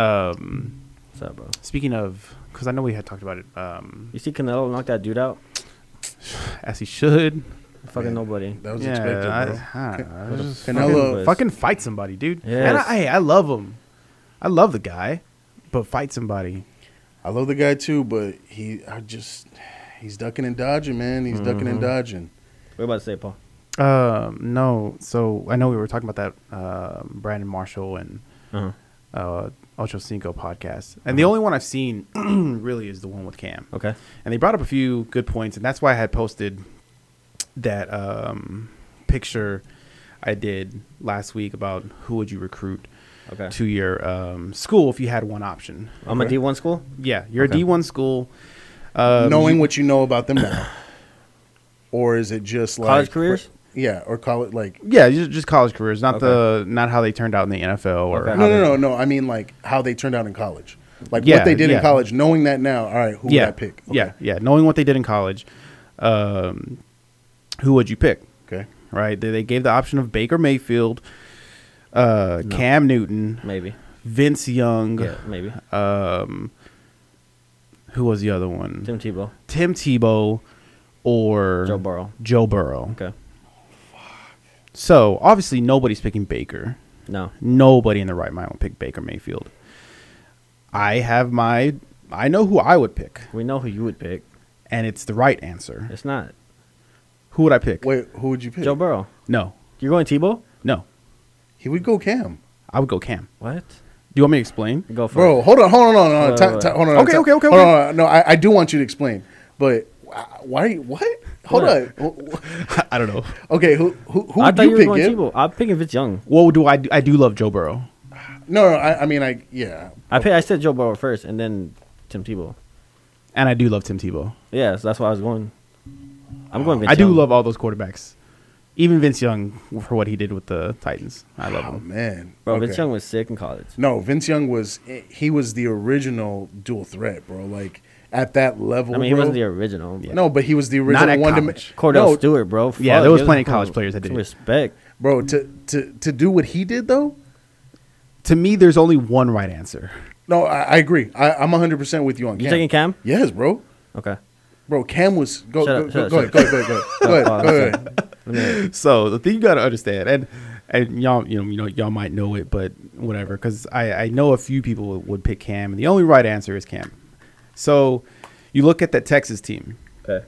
D: Um,
E: What's up, bro?
D: speaking of, because I know we had talked about it. Um,
E: You see Canelo knock that dude out?
D: as he should.
C: Man.
E: Fucking nobody.
C: That was
D: yeah,
C: expected.
D: I,
C: bro.
D: I don't know. I was just
C: Canelo-
D: fucking, fucking fight somebody, dude. And
E: Yes.
D: I, hey, I love him. I love the guy, but fight somebody.
C: I love the guy too, but he I just he's ducking and dodging, man. He's ducking
D: Mm-hmm.
C: and dodging.
E: What about to say, Paul?
D: Um, no. So I know we were talking about that um, Brandon Marshall and
E: Uh-huh.
D: uh, Ocho Cinco podcast, and
C: Uh-huh.
D: the only one I've seen really is the one with Cam.
E: Okay.
D: and they brought up a few good points, and that's why I had posted that um, picture I did last week about who would you recruit
E: Okay.
D: to your um, school if you had one option.
E: I'm a D1 school?
D: Yeah, you're
E: Okay.
D: a D1 school. Um,
C: Knowing
D: you-
C: what you know about them now, or is it just like
E: College careers?
C: Yeah, or call it like
D: yeah, ju- just college careers, not the not how they turned out in the NFL or
E: Okay.
D: how
C: no,
D: they-
C: no, no, no. I mean, like how they turned out in college, like
D: Yeah,
C: what they did in
D: yeah.
C: college. Knowing that now, all right, who
D: yeah,
C: would I pick?
D: Yeah, yeah, knowing what they did in college, um, who would you pick?
C: Okay.
D: Right, they, they gave the option of Baker Mayfield, uh, Cam Newton,
E: Maybe.
D: Vince Young.
E: Yeah, maybe.
C: Uh,
D: Who was the other one?
E: Tim Tebow.
D: Tim
C: uh,
D: Tebow or
E: Joe Burrow.
D: Joe Burrow.
E: Okay.
D: So obviously nobody's picking Baker.
E: No.
D: Nobody in the right mind will pick Baker Mayfield. I have my. I know who I would pick,
E: We know who you would pick.
D: and it's the right answer.
E: It's not.
D: Who would I pick?
C: Wait, who would you pick?
E: Joe Burrow.
D: No,
E: You're going Tebow?
D: no.
C: He would go Cam.
D: I would go Cam.
E: What?
D: Do you want me to explain?
E: Go for
C: Bro,
E: it.
C: hold on, hold on, hold on,
E: Wait,
C: ti-
E: wait,
C: ti-
E: wait.
C: hold on.
D: Okay,
C: ti-
D: okay, okay,
C: hold
D: okay.
C: on, no, I, I do want you to explain, but wh- why? What? Hold
E: What?
C: on. Wh- wh-
D: I don't know.
C: Okay, who who who
E: I
C: would
E: thought
C: you
E: you were
C: pick?
E: going
C: Gib?
E: Tebow. I'm picking Vince Young.
D: What do I do? I do love Joe Burrow.
C: No, no, I, I mean, I yeah.
E: I pick, I said Joe Burrow first and then Tim Tebow.
D: And I do love Tim Tebow.
E: Yeah, so that's why I was going. I'm going Vince
D: Uh, I do
E: Young.
D: love all those quarterbacks. Even Vince Young for what he did with the Titans. I love
C: Oh
D: him.
C: man,
E: Bro,
C: Okay.
E: Vince Young was sick in college.
C: No, Vince Young was he was the original dual threat, bro. Like at that level.
E: I mean, he
C: bro.
E: wasn't the original. but-
C: No, but he was the original
D: at
C: one.
D: college.
C: To, ma-
E: Cordell
C: no,
E: Stewart, bro.
D: Yeah,
E: Fuck,
D: there was
E: give
D: plenty of
E: him
D: college players that did
E: some
D: it.
E: Respect.
C: bro. To to to do what he did though.
D: To me, there's only one right answer.
C: No, I, I agree. I, I'm 100 percent with you on.
E: You taking Cam?
C: Yes, bro.
E: Okay.
C: Bro, Cam was go
E: Shut
C: go
E: up,
C: go,
E: shut
C: go,
E: up,
C: ahead, go ahead go ahead go ahead
E: Paul,
C: go ahead. Go ahead.
D: So the thing you gotta understand, and and y'all you know you know y'all might know it, but whatever, because I I know a few people would pick Cam, and the only right answer is Cam. So you look at that Texas team,
E: Okay.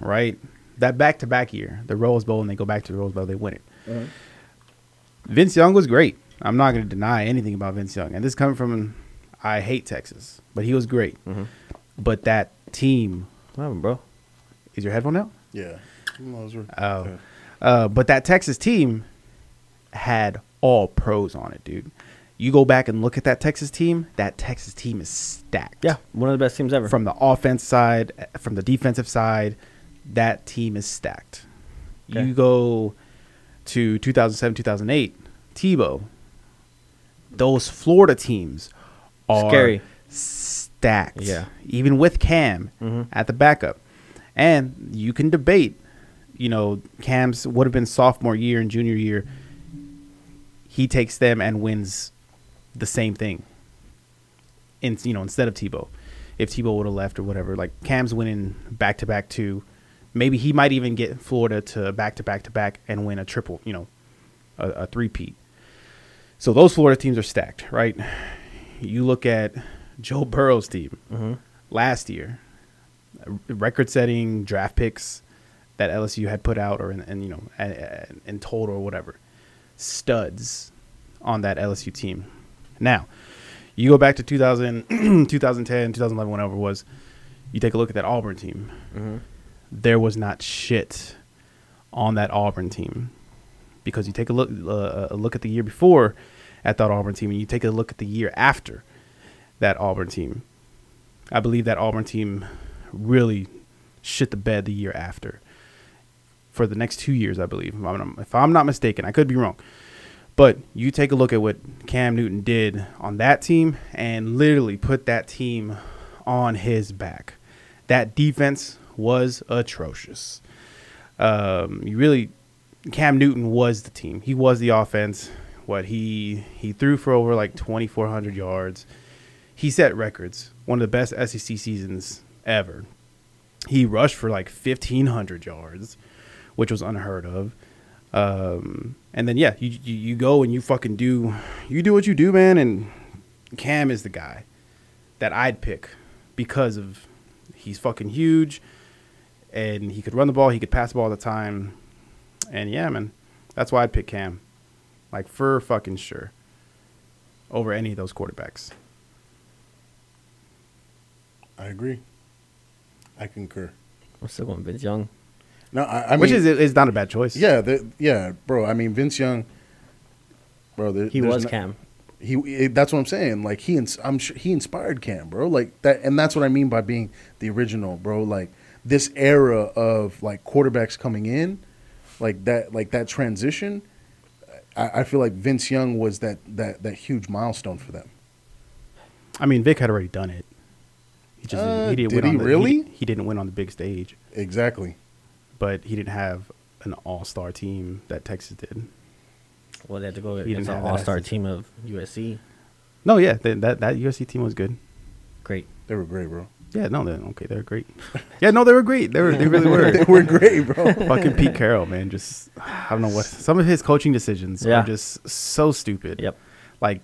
D: right? that back to back year, the Rose Bowl, and they go back to the Rose Bowl, they win it. Vince Young was great. I'm not going to deny anything about Vince Young. And this coming from, I hate Texas, but he was great. But that team
E: What happened, bro?
D: is your headphone out?
C: Yeah.
D: Oh. Uh, but that Texas team had all pros on it, dude. You go back and look at that Texas team, that Texas team is stacked.
E: Yeah, one of the best teams ever.
D: From the offense side, uh, from the defensive side, that team is stacked.
E: Okay.
D: You go to 2007, 2008, Tebow. Those Florida teams are
E: Scary.
D: stacked.
E: Yeah.
D: Even with Cam at the backup. And you can debate, you know, Cam's would have been sophomore year and junior year. He takes them and wins the same thing. In, you know, instead of Tebow. If Tebow would have left or whatever, like Cam's winning back to back two. Maybe he might even get Florida to back to back to back and win a triple, you know, a, a three peat. So those Florida teams are stacked, right? You look at Joe Burrow's team last year, uh, record-setting draft picks that LSU had put out, or in, and you know, and, and- and total or whatever, studs on that LSU team. Now, you go back to 2000, 2010, 2011, whatever it was. You take a look at that Auburn team. There was not shit on that Auburn team because you take a look uh, a look at the year before at that Auburn team, and you take a look at the year after that Auburn team. I believe that Auburn team really shit the bed the year after. For the next two years, I believe, if I'm, if I'm not mistaken, I could be wrong. But you take a look at what Cam Newton did on that team and literally put that team on his back. That defense was atrocious um, you really Cam Newton was the team. He was the offense. What he he threw for over like 2400 yards. He set records. One of the best SEC seasons ever. He rushed for like 1500 yards, which was unheard of. Um, and then yeah, you, you you go and you fucking do you do what you do, man, and Cam is the guy that I'd pick because of he's fucking huge and he could run the ball, he could pass the ball all the time. And yeah, man, that's why I'd pick Cam. Like for fucking sure. Over any of those quarterbacks.
C: I agree. I concur.
E: I'm still going Vince Young.
C: No, I, I
D: Which
C: mean,
D: is is not a bad choice.
C: yeah, the, yeah, bro. I mean, Vince Young, bro. There,
E: He
C: there's
E: was
C: no-
E: Cam.
C: He, it- that's what I'm saying. Like he, ins- I'm sure he inspired Cam, bro. Like that, and that's what I mean by being the original, bro. Like this era of like quarterbacks coming in, like that, like that transition. I, I feel like Vince Young was that that that huge milestone for them.
D: I mean Vic had already done it. He just
C: Uh,
D: he didn't
C: did
D: win
C: he
D: on the,
C: really?
D: he, didn't win on the big stage,
C: Exactly.
D: but he didn't have an all star team that Texas did.
E: Well, they had to go
D: didn't
E: against an
D: have that
E: all star
D: access.
E: team of USC.
D: No, yeah, th that that USC team was good.
E: Great.
C: They were great, bro.
D: Yeah, no, they're okay, they're great. yeah, no, they were great. They were they really were.
C: They were great, bro.
D: fucking Pete Carroll, man. Just I don't know what some of his coaching decisions
E: Yeah.
D: are just so stupid.
E: Yep.
D: Like,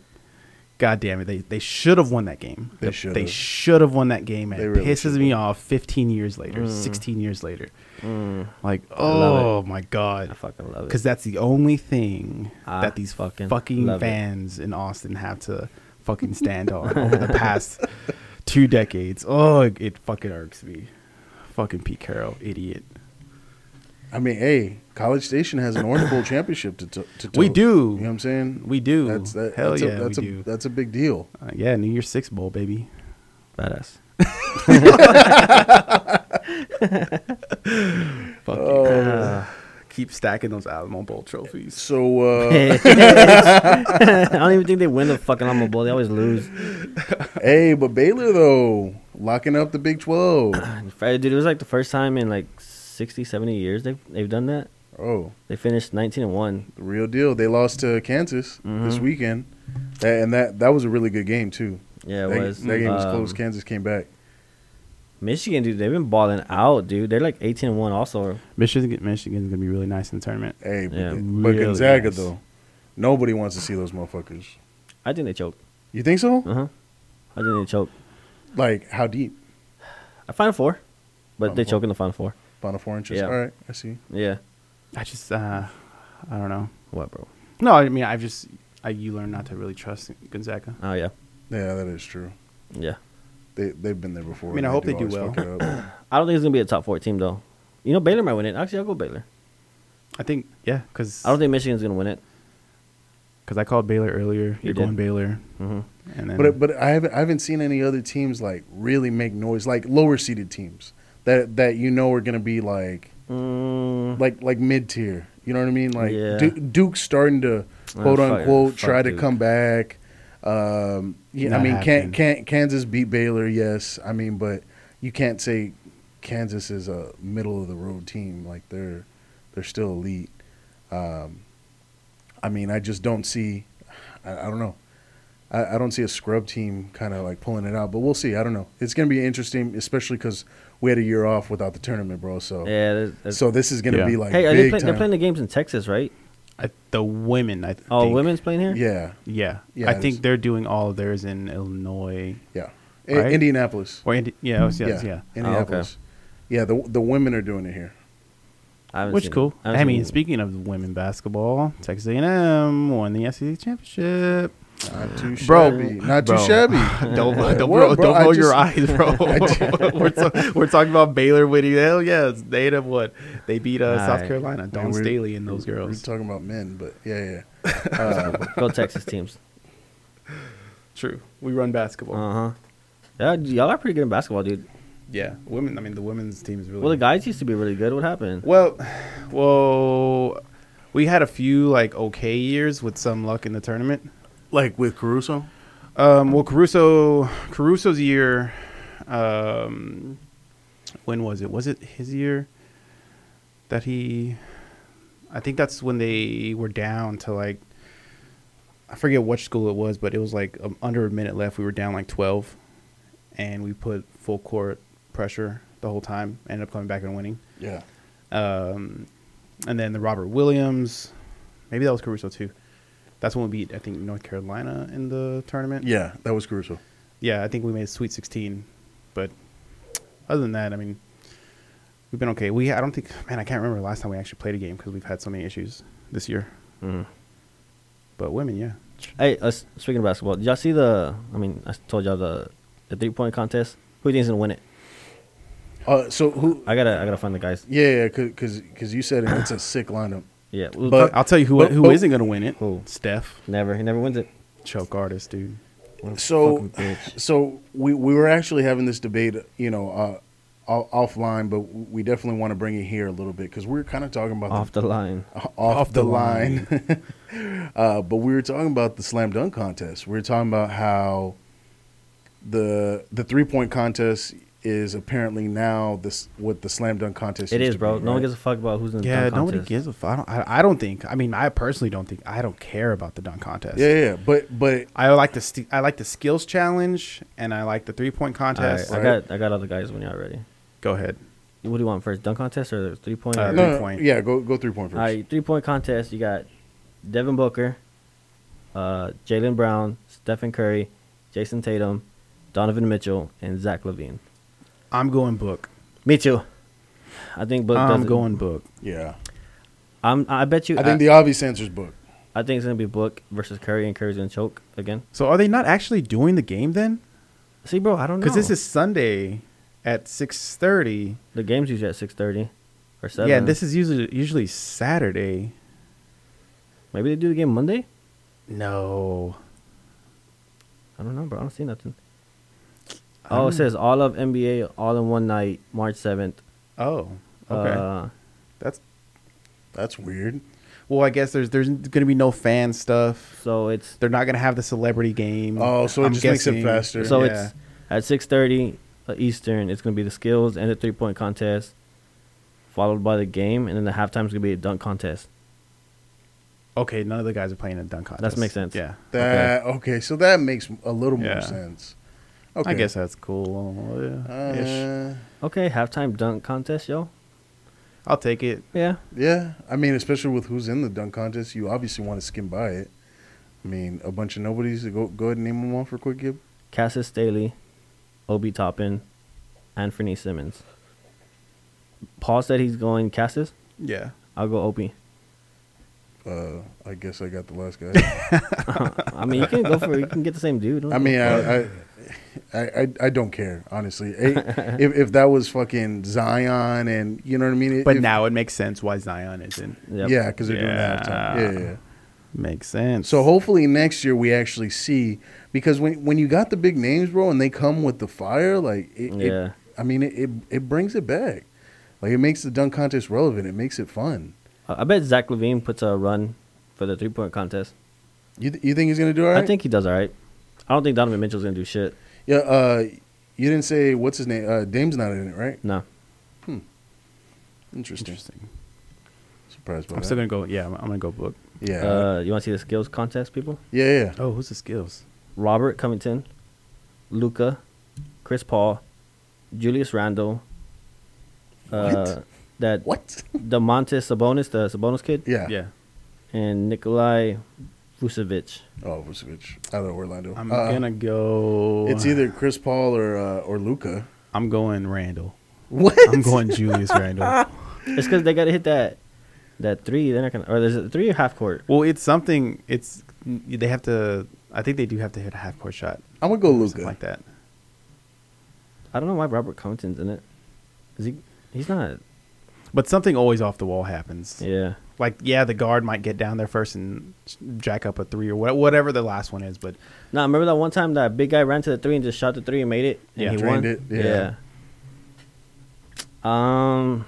D: god damn it, they they should have won that game.
C: They
D: The-
C: should
D: They
C: have.
D: should have won that game, and
C: They
D: it
C: really
D: pisses
C: should
D: me off. Fifteen years later, sixteen years later, like
E: Mm. love it.
D: oh my god,
E: I fucking love it.
D: because that's the only thing
E: I
D: that these
E: fucking
D: fucking
E: love it.
D: fucking fans in Austin have to fucking stand on over the past two decades. Oh, it, it fucking irks me. Fucking Pete Carroll, idiot.
C: I mean, hey, College Station has an Orange Bowl championship to, to, to
D: We do.
C: You know what I'm saying?
D: We do.
C: That's that,
D: Hell
C: that's
D: yeah,
C: a, that's
D: we
C: a,
D: do.
C: That's a big deal.
D: Uh, yeah, New Year's Six Bowl, baby.
E: Badass.
D: Fuck you. Keep stacking those Alamo Bowl trophies.
C: So uh,
E: I don't even think they win the fucking Alamo Bowl. They always lose.
C: hey, but Baylor though locking up the Big Twelve.
E: And Friday, dude, it was like the first time in like 60, 70 years they've, they've done that.
C: Oh,
E: They finished 19 and 1.
C: the real deal. They lost to Kansas this
E: Mm-hmm.
C: weekend, That- and that that was a really good game too.
E: Yeah, it
C: that,
E: was.
C: that game was close.
E: Um,
C: Kansas came back.
E: Michigan, dude, they've been balling out, dude. They're like 18 and 1 also.
D: Michigan, Michigan's gonna be really nice in the tournament.
C: Hey,
E: yeah,
C: but, but
D: really
C: Gonzaga
D: nice.
C: though, nobody wants to see those motherfuckers.
E: I think they choked.
C: You think so?
E: Uh huh. I think they choked.
C: Like how deep?
E: A final four, but
C: Final
E: they
C: four.
E: choke in the final four.
C: About four inches.
E: Yeah.
C: All right, I see.
E: Yeah.
D: I just uh, I don't know.
E: What, bro?
D: No, I mean I've just I, you learn not to really trust Gonzaga.
E: Oh yeah,
C: Yeah, that is true.
E: yeah.
C: They they've been there before.
D: I mean, I hope they do
C: always
D: well.
C: fuck it up.
E: I don't think it's gonna be a top four team though. You know, Baylor might win it. Actually, I'll go Baylor.
D: I think yeah, because
E: I don't think Michigan's gonna win it.
D: because I called Baylor earlier. You're
E: did.
D: going Baylor,
E: Mm-hmm.
D: and then
C: but but I haven't I haven't seen any other teams like really make noise like lower seeded teams that that you know are gonna be like
E: Mm,
C: like like mid tier. You know what I mean? Like
E: Yeah.
C: Du- Duke's starting to
E: Ah,
C: quote
E: fuck-
C: unquote
E: fuck
C: try to
E: Duke.
C: come back. Um, you know, I
D: Not
C: mean, can,
D: happening.
C: can, Kansas beat Baylor? Yes, I mean, but you can't say Kansas is a middle of the road team. Like they're they're still elite. Um, I mean, I just don't see. I, I don't know. I, I don't see a scrub team kind of like pulling it out, but we'll see. I don't know. It's going to be interesting, especially because we had a year off without the tournament, bro. So
E: yeah. There's, there's,
C: so this is gonna
D: Yeah.
C: be like
E: hey, are they
C: big
E: play,
C: time.
E: they're playing the games in Texas, right?
D: I, the women. I
E: Oh,
D: think.
E: women's playing here.
C: yeah,
D: Yeah,
C: Yeah,
D: I
C: it
D: think
C: is.
D: they're doing all of theirs in Illinois
C: yeah. I-
D: Right?
C: Indianapolis.
D: or Indi- yeah, it was- yes,
C: yeah,
D: yeah.
E: Oh,
C: Indianapolis. Yeah, the the women are doing it here.
E: I haven't
D: Which
E: seen
D: cool.
E: it. haven't
D: I,
E: seen
D: mean,
E: it.
D: speaking of women basketball, Texas A&M won the SEC championship.
E: Uh,
C: Not too shabby.
D: Bro,
C: not too
D: bro.
C: shabby.
D: Don't don't,
C: What,
D: roll,
C: bro?
D: don't
C: I
D: roll
C: just-
D: your eyes, bro. we're, ta- we're talking about Baylor winning. Hell yeah, they end up what they beat uh, South
E: Alright.
D: Carolina. Dawn
C: we're-
D: Staley and those
C: We're
D: girls.
C: talking about men, but yeah, yeah. Uh,
E: go Texas teams.
D: True, we run basketball.
E: Uh huh. Yeah, y'all are pretty good in basketball, dude.
D: yeah, women. I mean, the women's team is really
E: Well, the guys used to be really good. What happened?
D: Well, well, we had a few like okay years with some luck in the tournament.
C: Like with Caruso.
D: Um, well, Caruso, Caruso's year, um, when was it? Was it his year that he? I think that's when they were down to like, I forget which school it was, but it was like um, under a minute left. We were down like twelve, and we put full court pressure the whole time. Ended up coming back and winning.
C: Yeah.
D: Um, and then the Robert Williams, maybe that was Caruso too. That's when we beat, I think, North Carolina in the tournament.
C: Yeah, that was Caruso.
D: Yeah, I think we made Sweet 16. But other than that, I mean, we've been okay. We, I don't think, man, I can't remember the last time we actually played a game because we've had so many issues this year.
E: Mhm.
D: But women, yeah.
E: Hey, uh, s- speaking of basketball, did y'all see the? I mean, I told y'all the the three point contest. Who do you think's gonna win it?
C: Uh, so who?
E: I gotta I gotta find the guys.
C: Yeah, yeah, because because you said it, it's a sick lineup.
E: Yeah, we'll
C: But-
E: talk-
D: I'll tell you who
C: But-
D: who
C: but-
D: not going to win it.
E: Who?
D: Steph,
E: never he never wins it.
D: choke artist, dude.
E: What a
C: So
E: fucking bitch.
C: so we we were actually having this debate, you know, uh, o- offline, but we definitely want to bring it here a little bit because we're kind of talking about
E: off the line.
C: off, the, line. uh, but we were talking about the slam dunk contest. We were talking about how the the three point contest is apparently now this what the slam dunk contest.
E: It
C: used
E: is,
C: to
E: bro.
C: be,
E: No one
C: right?
E: gives a fuck about who's in the
D: Yeah,
E: dunk
D: nobody
E: contest.
D: gives a fuck. I don't, I, I don't think. I mean, I personally don't think. I don't care about the dunk contest.
C: Yeah, yeah, yeah. but but
D: I like the st- I like the skills challenge and I like the three point contest.
E: All right, I got I got all the guys when y'all ready.
D: Go ahead.
E: What do you want first? Dunk contest or three point?
D: Uh,
E: or-
C: no, no,
D: point.
C: yeah. Go go three point first.
E: All right, three point contest. You got Devin Booker, uh, Jalen Brown, Stephen Curry, Jason Tatum, Donovan Mitchell, and Zach Levine.
D: I'm going book.
E: Me too. I think Book. does
D: I'm
E: it.
D: going book.
C: Yeah,
E: I'm. I bet you.
C: I think the obvious answer is book.
E: I think it's gonna be Book versus Curry, and Curry's gonna choke again.
D: So are they not actually doing the game then?
E: See, bro, I don't know.
D: Because this is Sunday at six thirty.
E: the game's usually at six thirty or seven.
D: Yeah, and this is usually usually Saturday.
E: maybe they do the game Monday.
D: No.
E: I don't know, bro. I don't see nothing. Oh, it says all of NBA all in one night, March seventh.
D: Oh. Okay.
E: Uh,
D: That's
C: That's weird.
D: well. I guess there's there's gonna be no fan stuff.
E: so it's
D: They're not gonna have the celebrity game.
C: Oh, so it
D: I'm
C: just makes it
D: guessing.
C: faster.
E: so
D: yeah.
E: it's at six thirty uh, Eastern. It's gonna be the skills and the three point contest, followed by the game, and then the halftime's gonna be a dunk contest.
D: Okay, none of the guys are playing a dunk contest.
E: makes sense.
D: Yeah.
C: That okay. So that makes a little
D: Yeah.
C: more sense. Okay,
D: I guess that's cool.
C: Uh,
D: Yeah, ish.
E: Okay, halftime dunk contest, yo.
D: I'll take it.
E: Yeah.
C: Yeah, I mean, especially with who's in the dunk contest, you obviously want to skim by it. I mean, a bunch of nobodies. Go go ahead and name them off real quick, Gib.
E: Cassius Staley, Obi Toppin, Anthony Simmons. Paul said he's going Cassis.
D: Yeah.
E: I'll go Opie.
C: Uh, I guess I got the last guy.
E: I mean, you can go for you can get the same dude.
C: I mean, I, I, I, I, I don't care honestly. I- if, if that was fucking Zion and you know what I mean,
D: But
C: If-
D: now it makes sense why Zion is in.
E: Yep.
C: yeah, because they're doing that.
D: Yeah.
C: Yeah, yeah, yeah.
D: Makes sense.
C: So hopefully next year we actually see because when when you got the big names, bro, and they come with the fire, like it, it-
E: Yeah.
C: I mean, it, it it brings it back. Like it makes the dunk contest relevant. It makes it fun.
E: I I bet Zach Levine puts a run for the three point contest.
C: You th- you think he's gonna do all right?
E: I think he does all right. I don't think Donovan Mitchell's gonna do shit.
C: Yeah. Uh, you didn't say what's his name. Uh, Dame's not in it, right?
E: No,
C: Interesting.
D: interesting.
C: Surprised by
D: I'm
C: that.
D: still gonna go. Yeah, I'm, I'm gonna go book.
C: yeah.
E: uh, you want to see the skills contest, people?
C: yeah. Yeah.
D: Oh, who's the skills?
E: Robert Covington, Luca, Chris Paul, Julius Randle. Uh, that
C: What?
E: Demontis Sabonis, the Sabonis kid,
C: yeah.
D: Yeah.
E: and Nikolai Vucevic.
C: Oh, Vucevic out of Orlando.
D: I'm
C: Uh,
D: gonna go.
C: It's either Chris Paul or uh, or Luca.
D: I'm going Randall.
C: What?
D: I'm going Julius Randall.
E: It's because they gotta hit that that three. They're not gonna or there's a three or half court.
D: Well, it's something. It's they have to. I think they do have to hit a half court shot,
C: I'm gonna go
D: something
C: Luca.
D: like that.
E: I don't know why Robert Covington's in it. Is he? He's not.
D: But something always off the wall happens.
E: Yeah.
D: Like yeah, the guard might get down there first and jack up a three or wha- whatever the last one is. But
E: No, I remember that one time that big guy ran to the three and just shot the three and made it. And
D: Yeah.
E: he
C: Drained
E: won.
C: it, yeah.
E: Yeah. Um,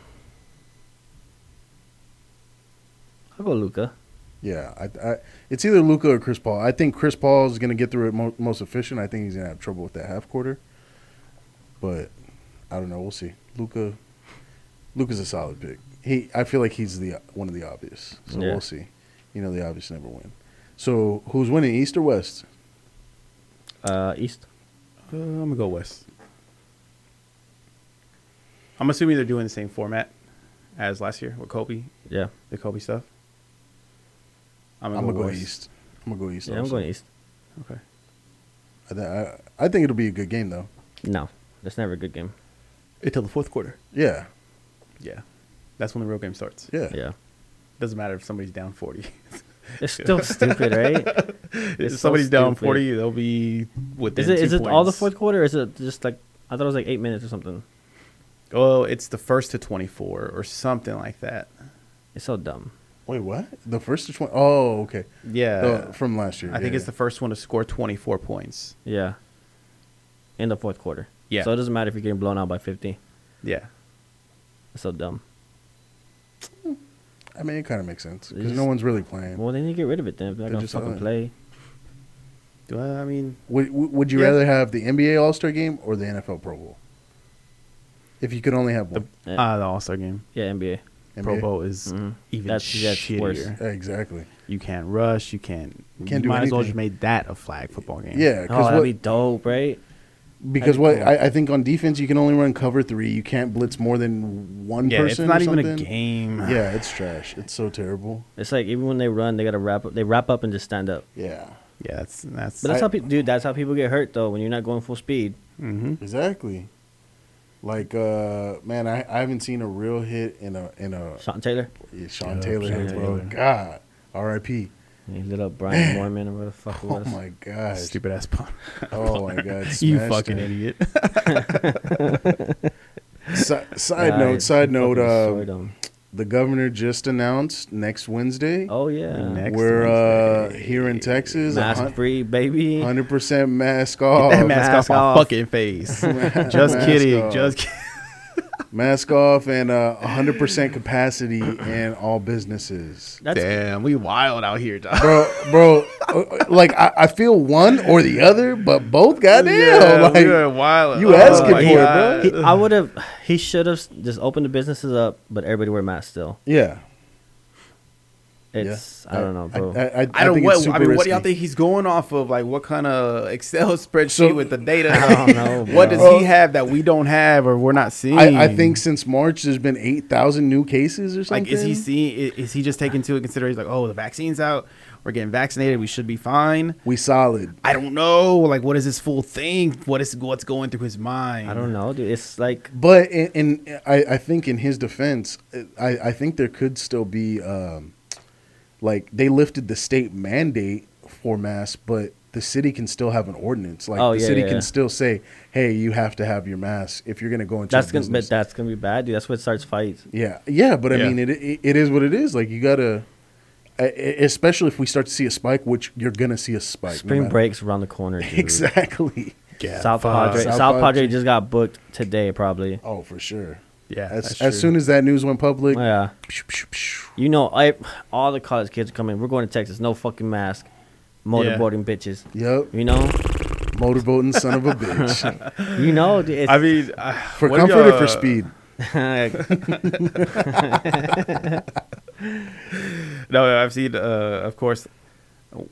E: I'll go Luca.
C: Yeah, I, I, it's either Luca or Chris Paul. I think Chris Paul is going to get through it mo- most efficient. I think he's going to have trouble with that half quarter, but I don't know. We'll see. Luca, Luca's a solid pick. He, I feel like he's the one of the obvious. So
E: Yeah.
C: we'll see. You know, the obvious never win. So who's winning, East or West?
E: Uh, East.
D: uh, I'm gonna go West. I'm assuming they're doing the same format as last year with Kobe,
E: Yeah.
D: the Kobe stuff.
C: I'm gonna go
D: West.
C: East. I'm gonna go East.
E: Yeah, I'm
C: also.
E: going East.
D: Okay.
C: I, th- I, I think it'll be a good game though.
E: No, that's never a good game.
D: Until the fourth quarter.
C: Yeah,
D: Yeah. That's when the real game starts.
C: yeah,
E: Yeah.
D: Doesn't matter if somebody's down 40.
E: It's still stupid, right?
D: if
E: so
D: somebody's down
E: stupid.
D: 40, they'll be within
E: Is it
D: two
E: is it all the
D: points.
E: fourth quarter? Or is it just like I thought it was like eight minutes or something?
D: Oh, it's the first to 24 or something like that.
E: It's so dumb.
C: Wait, what? The first to twenty? Oh, okay.
D: Yeah.
C: Oh, from last year.
D: I think
C: yeah,
D: it's the first one to score 24 points.
E: Yeah. In the fourth quarter.
D: Yeah.
E: So it doesn't matter if you're getting blown out by fifty.
D: Yeah.
E: It's so dumb.
C: yeah. I mean, it kind of makes sense because
E: It's-
C: no one's really playing.
E: Well, they need to get rid of it then. If they're not
C: They're
E: gonna
C: just
E: fucking
C: selling it.
E: play.
D: Do I, I mean,
C: Would, would would you
D: Yeah.
C: rather have the NBA All Star Game or the NFL Pro Bowl? If you could only have one,
E: Eh,
D: uh, the All Star game.
E: yeah, NBA.
D: Pro
C: NBA?
D: Bowl is
E: Mhm.
D: even
E: That's- that's
D: shittier.
E: worse.
C: Yeah, exactly.
D: You can't rush. You can't. you
C: Can't do
D: might as well
C: anything.
D: just made that a flag football game.
C: Yeah,
E: Oh,
C: cause
E: that'd
C: what,
E: be dope, right?
C: because
D: be
C: what
D: cool.
C: I, I think on defense you can only run cover three. You can't blitz more than one
D: Yeah, it's
C: person.
D: not
C: or
D: even a
C: something.
D: game.
C: Yeah, it's trash. It's so terrible.
E: It's like even when they run, they gotta wrap up. They wrap up and just stand up.
C: Yeah,
D: Yeah, that's that's.
E: But that's
C: I-
E: how people, dude. That's how people get hurt though. When you're not going full speed.
D: mm-hmm.
C: exactly. Like uh, man, I, I haven't seen a real hit in a in a
E: Sean Taylor,
C: yeah, Sean
D: Yeah,
C: Taylor
D: Sean
C: hit, bro.
D: Taylor.
C: God, R.I.P.
E: he lit up Brian Moorman or whatever the fuck it
C: Oh
E: was.
C: my gosh.
D: Stupid ass pun.
C: Oh my God.
D: you
C: smashed
D: fucking
C: it.
D: idiot.
C: Si- side
E: God,
C: note. Side
E: he
C: note.
E: fucking
C: Uh,
E: destroyed him.
C: the governor just announced next Wednesday
E: oh yeah,
D: next-
C: we're uh,
D: Wednesday.
C: here in Texas.
E: mask free, baby.
C: hundred percent Oh, mask off.
D: that mask,
E: mask
D: off,
E: off.
D: my fucking face. just
C: Mask
D: kidding.
C: off.
D: Just kidding.
C: mask off and uh, hundred percent capacity in all businesses.
E: That's
D: Damn, we wild out here, dog.
C: Bro, bro, uh, like I, I feel one or the other, but both. Goddamn,
D: Yeah,
C: like
D: we are wild. Oh
C: you asking
D: my
C: for it, bro.
D: God.
E: He, I would have. He should have just opened the businesses up, but everybody wear masks still.
C: yeah.
E: It's
C: yeah.
E: I don't know, bro.
C: I, I, I,
D: I don't
C: think
D: know
C: it's
D: what
C: super
D: I mean. What do y'all
C: risky.
D: think he's going off of? Like what kind of Excel spreadsheet
C: So-
D: with the data?
E: I don't know,
D: what
E: bro.
D: does he have that we don't have or we're not seeing?
C: I, I think since March there's been eight thousand new cases or something.
D: Like, is he seeing? i- Is he just taking into consideration like, oh, the vaccine's out? We're getting vaccinated. We should be fine.
C: We solid.
D: I don't know. Like, what is this fool think? What is what's going through his mind?
E: I don't know, dude. It's like
C: But in, in I, I think in his defense, I, I think there could still be um, like they lifted the state mandate for masks, but the city can still have an ordinance. Like
E: Oh,
C: the
E: yeah,
C: city
E: yeah,
C: can
E: yeah.
C: still say, "Hey, you have to have your mask if you're going to go into a
E: that's gonna but
C: business."
E: that's gonna be bad, dude. That's what starts fights.
C: yeah, yeah. But I
D: Yeah.
C: mean, it, it it is what it is. Like you gotta, e- e- especially if we start to see a spike, which you're gonna see a spike. no
E: Spring
C: matter-
E: breaks around the corner, dude.
C: Exactly.
E: South Padre.
C: South
E: South,
C: Padre.
E: Padre just got booked today, probably.
C: Oh, for sure.
D: Yeah,
C: As,
D: that's
C: as
D: true.
C: soon as that news went public,
E: Yeah. You know, I all the college kids are coming. We're going to Texas. No fucking mask. Motorboarding bitches.
C: yep,
E: You know,
C: motorboating son of a bitch.
E: you know. dude, It's,
D: I mean, uh,
C: For
D: what do
C: comfort or
D: y'all-
C: for speed?
D: No, I've seen, uh, of course,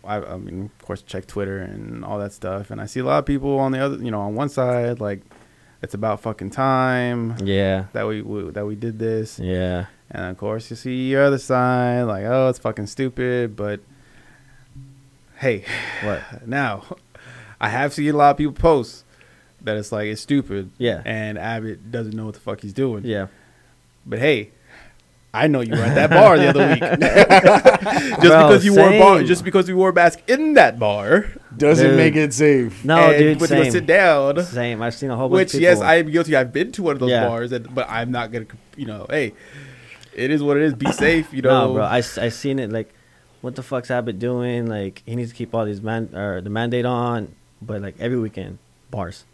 D: I, I mean, of course, check Twitter and all that stuff, and I see a lot of people on the other, you know, on one side, like, it's about fucking time
E: yeah,
D: that we, we that we did this,
E: yeah.
D: and of course, you see your other side, like, oh, it's fucking stupid, but hey,
E: What?
D: now, I have seen a lot of people post that it's like it's stupid,
E: Yeah.
D: and Abbott doesn't know what the fuck he's doing,
E: Yeah.
D: but hey, I know you were at that bar the other week. just
E: Bro,
D: because you wore bar,
E: same.
D: just because we wore a mask in that bar.
C: Doesn't
E: Dude.
C: make it safe.
E: No,
D: and
E: dude.
D: But you
E: Same.
D: sit down.
E: Same. I've seen a whole bunch
D: Which
E: of people.
D: yes, I am guilty. I've been to one of those
E: Yeah.
D: bars, and, but I'm not gonna. You know, hey, it is what it is. Be safe. You know,
E: No, bro. I, s- I seen it like, what the fuck's Abbott doing? Like he needs to keep all these man or the mandate on, but like every weekend bars.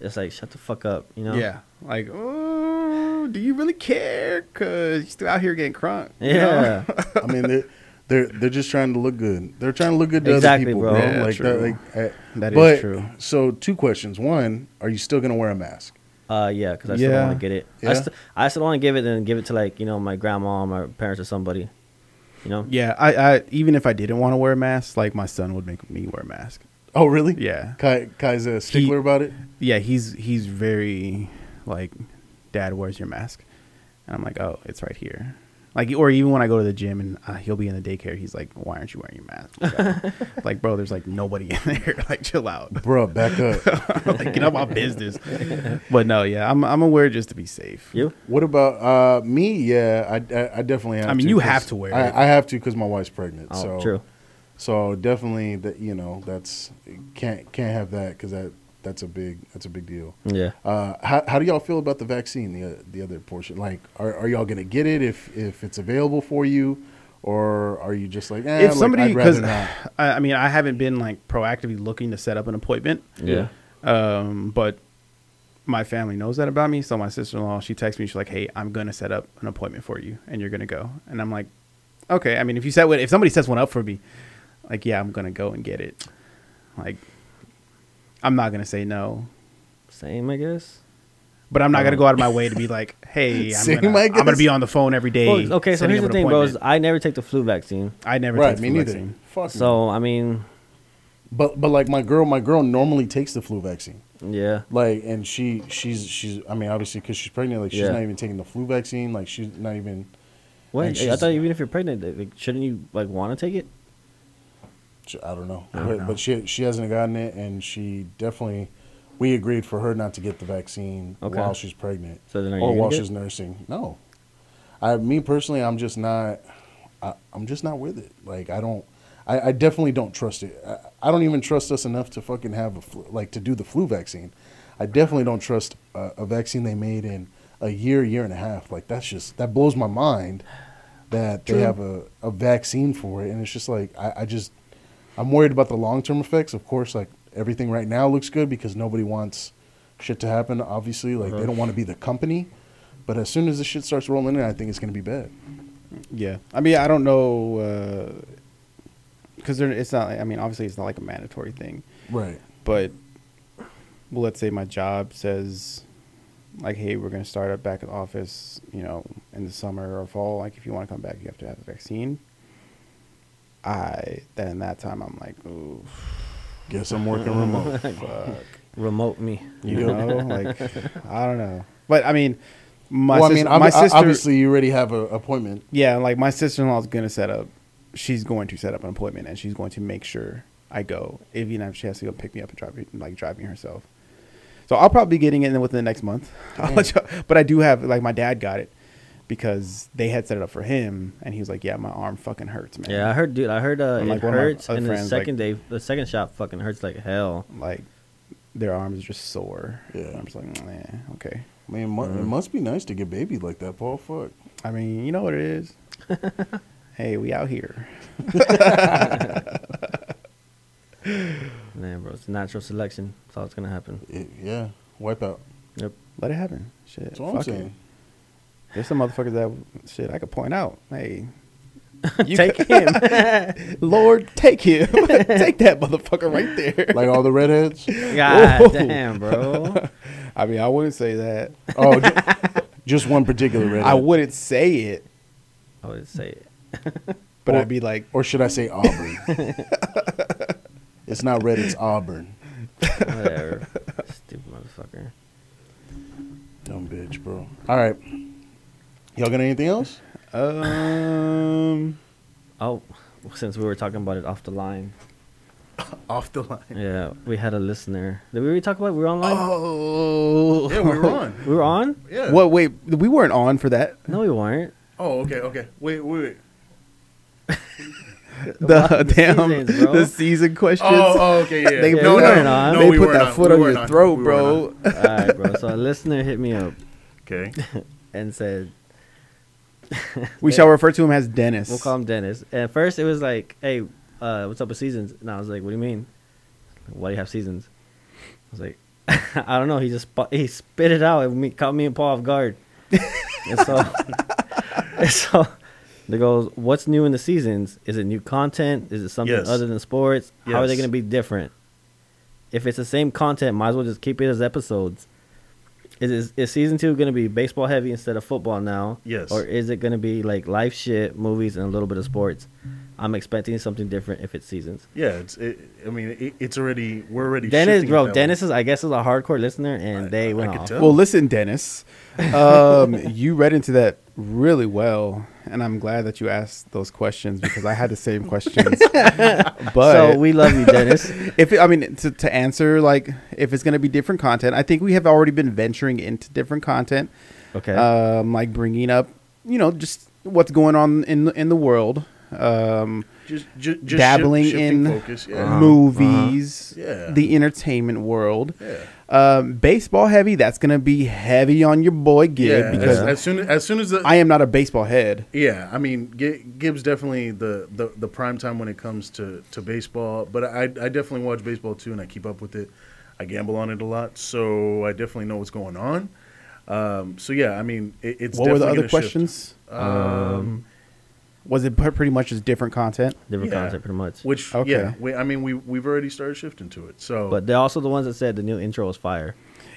E: It's like shut the fuck up, you know?
D: yeah. Like, oh, do you really care? Cause you're still out here getting crunk. you know?
E: Yeah.
C: I mean, they're, they're they're just trying to look good. They're trying to look good to
E: Exactly,
C: other people,
E: bro.
C: bro.
D: Yeah,
C: like
D: true.
C: that. Like, eh,
D: That is
C: but,
D: true.
C: So, two questions. One, are you still gonna wear a mask?
E: Uh, yeah, because I still
D: Yeah.
E: want to get it.
C: Yeah.
E: I, st- I still want to give it and give it to like you know my grandma, or my parents, or somebody. You know.
D: Yeah. I, I even if I didn't want to wear a mask, like my son would make me wear a mask.
C: Oh, really?
D: Yeah.
C: Kai, Kai's a stickler about it.
D: yeah, he's he's very like, Dad, where's your mask? And I'm like, oh, it's right here. Like, or even when I go to the gym and uh, he'll be in the daycare, he's like, why aren't you wearing your mask? Like, like, bro, there's like nobody in there. like, chill out.
C: Bruh, back up.
D: like, get out my business. but no, yeah, I'm I'm aware just to be safe.
E: You?
C: what about uh, me? Yeah, I, I, I definitely have.
D: I mean,
C: to
D: you
C: 'cause
D: have to wear
C: I,
D: it.
C: I have to because my wife's pregnant.
E: Oh,
C: so
E: true.
C: So definitely that you know that's can't can't have that because that that's a big that's a big deal.
D: Mm.
E: Yeah.
C: Uh, how, how do y'all feel about the vaccine? The the other portion, like, are, are y'all gonna get it if if it's available for you, or are you just like, eh,
D: if
C: like,
D: somebody,
C: I'd rather
D: because
C: not.
D: I, I mean, I haven't been like proactively looking to set up an appointment.
E: Yeah.
D: Um, but my family knows that about me. So my sister in law, she texts me. She's like, "Hey, I'm gonna set up an appointment for you, and you're gonna go." And I'm like, "Okay." I mean, if you set one, if somebody sets one up for me, like, yeah, I'm gonna go and get it. Like, I'm not gonna say no,
E: Same, I guess.
D: but I'm not gonna go out of my way to be like, "Hey, I'm,
C: Same,
D: gonna,
C: I
D: I'm gonna
C: guess.
D: be on the phone every day."
E: Well, okay, so
D: setting
E: here's
D: up
E: the
D: an
E: thing, bro. Is
D: appointment."
E: I never take the flu vaccine,
D: I never
C: right?
D: take
C: Me
D: flu
C: neither.
D: vaccine.
C: Fuck. So,
E: so I mean,
C: but but like my girl, my girl normally takes the flu vaccine.
E: yeah.
C: Like, and she she's she's I mean, obviously because she's pregnant, like she's
E: Yeah.
C: not even taking the flu vaccine. Like she's not even
E: What?
C: And
E: Hey, I
C: she's-
E: thought even if you're pregnant, they- like, shouldn't you like want to take it?
C: Sh- I don't know.
D: don't
C: but,
D: know.
C: but she she hasn't gotten it, and she definitely we agreed for her not to get the vaccine
E: Okay.
C: while she's pregnant
E: So then are
C: or
E: you
C: while
E: gonna get
C: she's
E: it?
C: nursing. No, I me personally, I'm just not. I, I'm just not with it. Like I don't. I, I definitely don't trust it. I, I don't even trust us enough to fucking have a flu, like to do the flu vaccine. I definitely don't trust a, a vaccine they made in a year, year and a half. Like that's just that blows my mind that they have a, a vaccine for it, and it's just like I, I just I'm worried about the long term effects. Of course, like everything right now looks good because nobody wants shit to happen. Obviously, like
D: Uh-huh.
C: they don't want to be the company. But as soon as this shit starts rolling in, I think it's gonna be bad.
D: Yeah, I mean, I don't know because it's not. I mean, obviously, it's not like a mandatory thing,
C: Right.
D: but well, let's say my job says, like, hey, we're going to start up back at office, you know, in the summer or fall. Like, if you want to come back, you have to have a vaccine. I then that time I'm like, ooh,
C: Guess I'm working remote.
D: fuck,
E: Remote me.
D: you know, like, I don't know, but I mean, my
C: well, I
D: sis-
C: mean, ob-
D: my
C: o-
D: sister,
C: obviously, you already have an appointment.
D: yeah, like my sister in law's gonna set up she's going to set up an appointment and she's going to make sure I go, even if she has to go pick me up and drive me, like drive me herself. So I'll probably be getting it in within the next month. I'll let you, but I do have like my dad got it because they had set it up for him, and he was like, "Yeah, my arm fucking hurts, man."
E: Yeah, I heard, dude. I heard uh,
D: And, like,
E: it
D: one of my
E: hurts,
D: other
E: and the
D: friends, like-
E: second day, the second shot fucking hurts like hell.
D: like their arms are just sore.
C: Yeah.
D: I'm just like, nah, okay.
C: Man, mu-
D: Uh-huh.
C: it must be nice to get babied like that, Paul. Fuck.
D: I mean, you know what it is. hey, we out here.
E: Man, bro, it's natural selection. That's all it's gonna happen.
C: It, yeah, wipe out.
E: Yep.
D: Let it happen. Shit.
C: That's all I'm
D: fuck it.
C: saying.
D: There's some motherfuckers that shit I could point out. Hey,
E: Take him.
D: Lord, take him. take that motherfucker right there.
C: Like all the redheads.
E: God
D: Whoa.
E: damn, bro.
D: I mean, I wouldn't say that.
C: Oh, ju- just one particular redhead.
D: I wouldn't say it,
E: I would say it.
D: but
C: Or-
D: I'd be like,
C: Or should I say Auburn? it's not red. It's Auburn.
E: Whatever. Stupid motherfucker.
C: Dumb bitch, bro. All right. Y'all got anything else?
D: um,
E: Oh, since we were talking about it off the line,
C: Off the line.
E: yeah, we had a listener. Did we already talk about it? we were online?
C: Oh. Yeah, we were on.
E: We were on?
C: Yeah.
D: what? Wait, we weren't on for that.
E: No, we weren't.
C: Oh, okay, okay. Wait, wait, wait.
D: The, Oh, damn
E: seasons, bro.
D: the season questions.
C: okay, yeah.
D: They,
E: Yeah,
D: no,
E: we
D: no,
E: weren't on.
D: no,
E: No,
D: they
C: we
D: put
C: were
D: that
C: not.
D: foot
C: We
D: on
C: were
D: your
C: not.
D: throat,
C: We were
D: bro.
E: All right, bro. So a listener hit me up
C: Okay.
E: and said,
D: We shall refer to him as Dennis.
E: We'll call him Dennis. And at first, it was like, "Hey, uh, what's up with seasons?" And I was like, "What do you mean? Why do you have seasons?" I was like, "I don't know." He just sp- he spit it out and me, caught me and Paul off guard. and so, and so, they goes, "What's new in the seasons? Is it new content? Is it something
C: Yes.
E: other than sports? How are they
C: Yes.
E: going to be different? If it's the same content, might as well just keep it as episodes." Is, is, is season two going to be baseball heavy instead of football now?
C: Yes.
E: Or is it going to be like life shit, movies, and a little bit of sports? I'm expecting something different if it's seasons.
C: Yeah, it's. It, I mean, it, it's already. We're already.
E: Dennis,
C: shifting it
E: bro,
C: that
E: Dennis
C: way.
E: is, I guess, is a hardcore listener, and they went
C: could
E: off.
C: tell.
D: Well, listen, Dennis, um, you read into that really well, and I'm glad that you asked those questions because I had the same questions. but
E: So we love you, Dennis.
D: if it, I mean to, to answer like if it's going to be different content, I think we have already been venturing into different content,
E: okay.
D: um, like bringing up you know just what's going on in in the world, um,
C: just, ju- just
D: dabbling
C: shift- shifting
D: in
C: focus. Yeah. uh-huh.
D: movies,
C: Yeah.
D: the entertainment world.
C: Yeah.
D: Um, baseball heavy. That's gonna be heavy on your boy Gib
C: Yeah,
D: because
C: as, as soon as soon as the
D: I am not a baseball head.
C: Yeah, I mean, Gi- Gibbs definitely the, the, the prime time when it comes to, to baseball, but I, I definitely watch baseball too, and I keep up with it. I gamble on it a lot, so I definitely know what's going on. Um, so yeah, I mean, it, it's
D: What were the
C: definitely gonna
D: other
C: shift.
D: questions? Um, was it pre- pretty much just different content?
E: Different
C: yeah.
E: concept, pretty much.
C: Which
D: Okay.
C: yeah, we, I mean, we we've already started shifting to it. So
E: but they're also the ones that said the new intro is fire.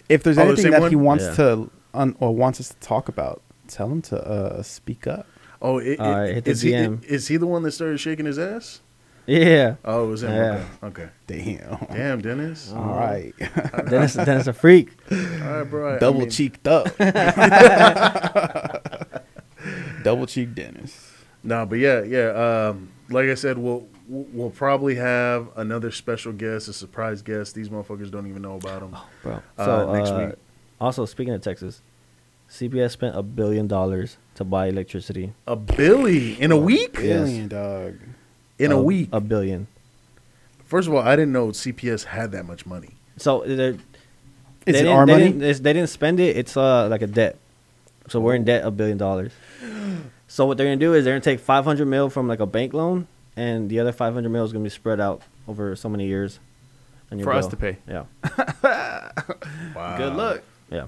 D: If there's
C: Oh, the
D: anything
C: same
D: that
C: one?
D: he wants
E: Yeah.
D: to un- or wants us to talk about, tell him to uh, speak up.
C: oh, it,
E: All right,
C: it-
E: hit the
C: is he
E: DM.
C: is he the one that started shaking his ass?
E: Yeah.
C: Oh, it was him.
E: Yeah.
C: Okay. okay,
D: Damn.
C: damn, Dennis.
D: All right,
E: Dennis, Dennis a freak.
C: All right, bro. I- I
D: double
C: mean,
D: cheeked up. double cheeked Dennis.
C: No, but yeah, yeah. Um, like I said, we'll we'll probably have another special guest, a surprise guest. These motherfuckers don't even know about them.
E: Bro. So,
C: Uh, next
E: uh,
C: week.
E: also, speaking of Texas, CBS spent a billion dollars to buy electricity.
C: A billy in a week?
D: Billion dog.
C: In a
E: A-
C: week.
E: A billion.
C: First of all, I didn't know CPS had that much money.
E: So they're,
D: Is
E: they
D: it
E: didn't-
D: our
E: they
D: money?
E: Didn't, it's- they didn't spend it. It's uh, like a debt. So we're in debt a billion dollars. So what they're gonna do is they're gonna take 500 mil from like a bank loan, and the other 500 mil is gonna be spread out over so many years. on your
D: For us to pay.
E: Yeah,
C: Wow.
D: Good luck.
E: yeah.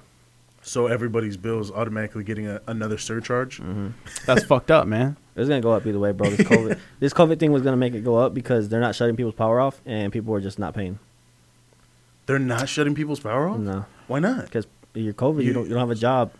C: So everybody's bill is automatically getting a, another surcharge.
D: Mm-hmm. That's fucked up, man.
E: It's gonna go up either way, bro. This COVID, this COVID thing was gonna make it go up because they're not shutting people's power off, and people are just not paying.
C: They're not shutting people's power off.
E: No,
C: Why not?
E: because you're COVID, you don't you don't have a job.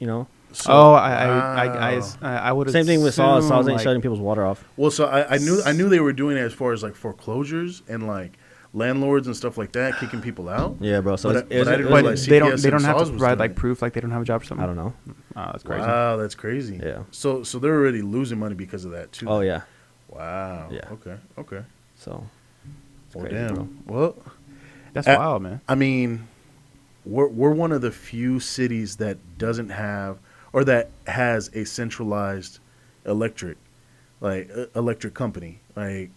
E: You know,
C: So-
D: Oh, I, I, I,
C: Wow.
D: I, I, would.
E: same thing with Saws. Saws ain't
D: like,
E: shutting people's water off.
C: Well, so I, I knew I knew they were doing it as far as like foreclosures and like landlords and stuff like that, kicking people out.
E: Yeah, bro. So
C: But
E: it's,
C: I- but I
E: it's-
C: didn't
D: But
C: realize
D: they don't.
C: CPS
D: They don't
C: and
D: have
C: Saws
D: to
C: was
D: provide
C: doing Uh,
D: like
C: it.
D: proof. Like they don't have a job or something.
E: I don't know.
D: Oh, that's crazy.
C: Wow, that's crazy.
E: Yeah.
C: So so they're already losing money because of that too.
E: Oh yeah.
C: Wow.
E: Yeah.
C: Okay. Okay.
E: So, it's
C: Well,
E: crazy,
C: damn.
E: bro.
C: Well,
D: That's
C: Uh,
D: wild, man.
C: I mean, we're we're one of the few cities that doesn't have or that has a centralized electric like uh, electric company. Like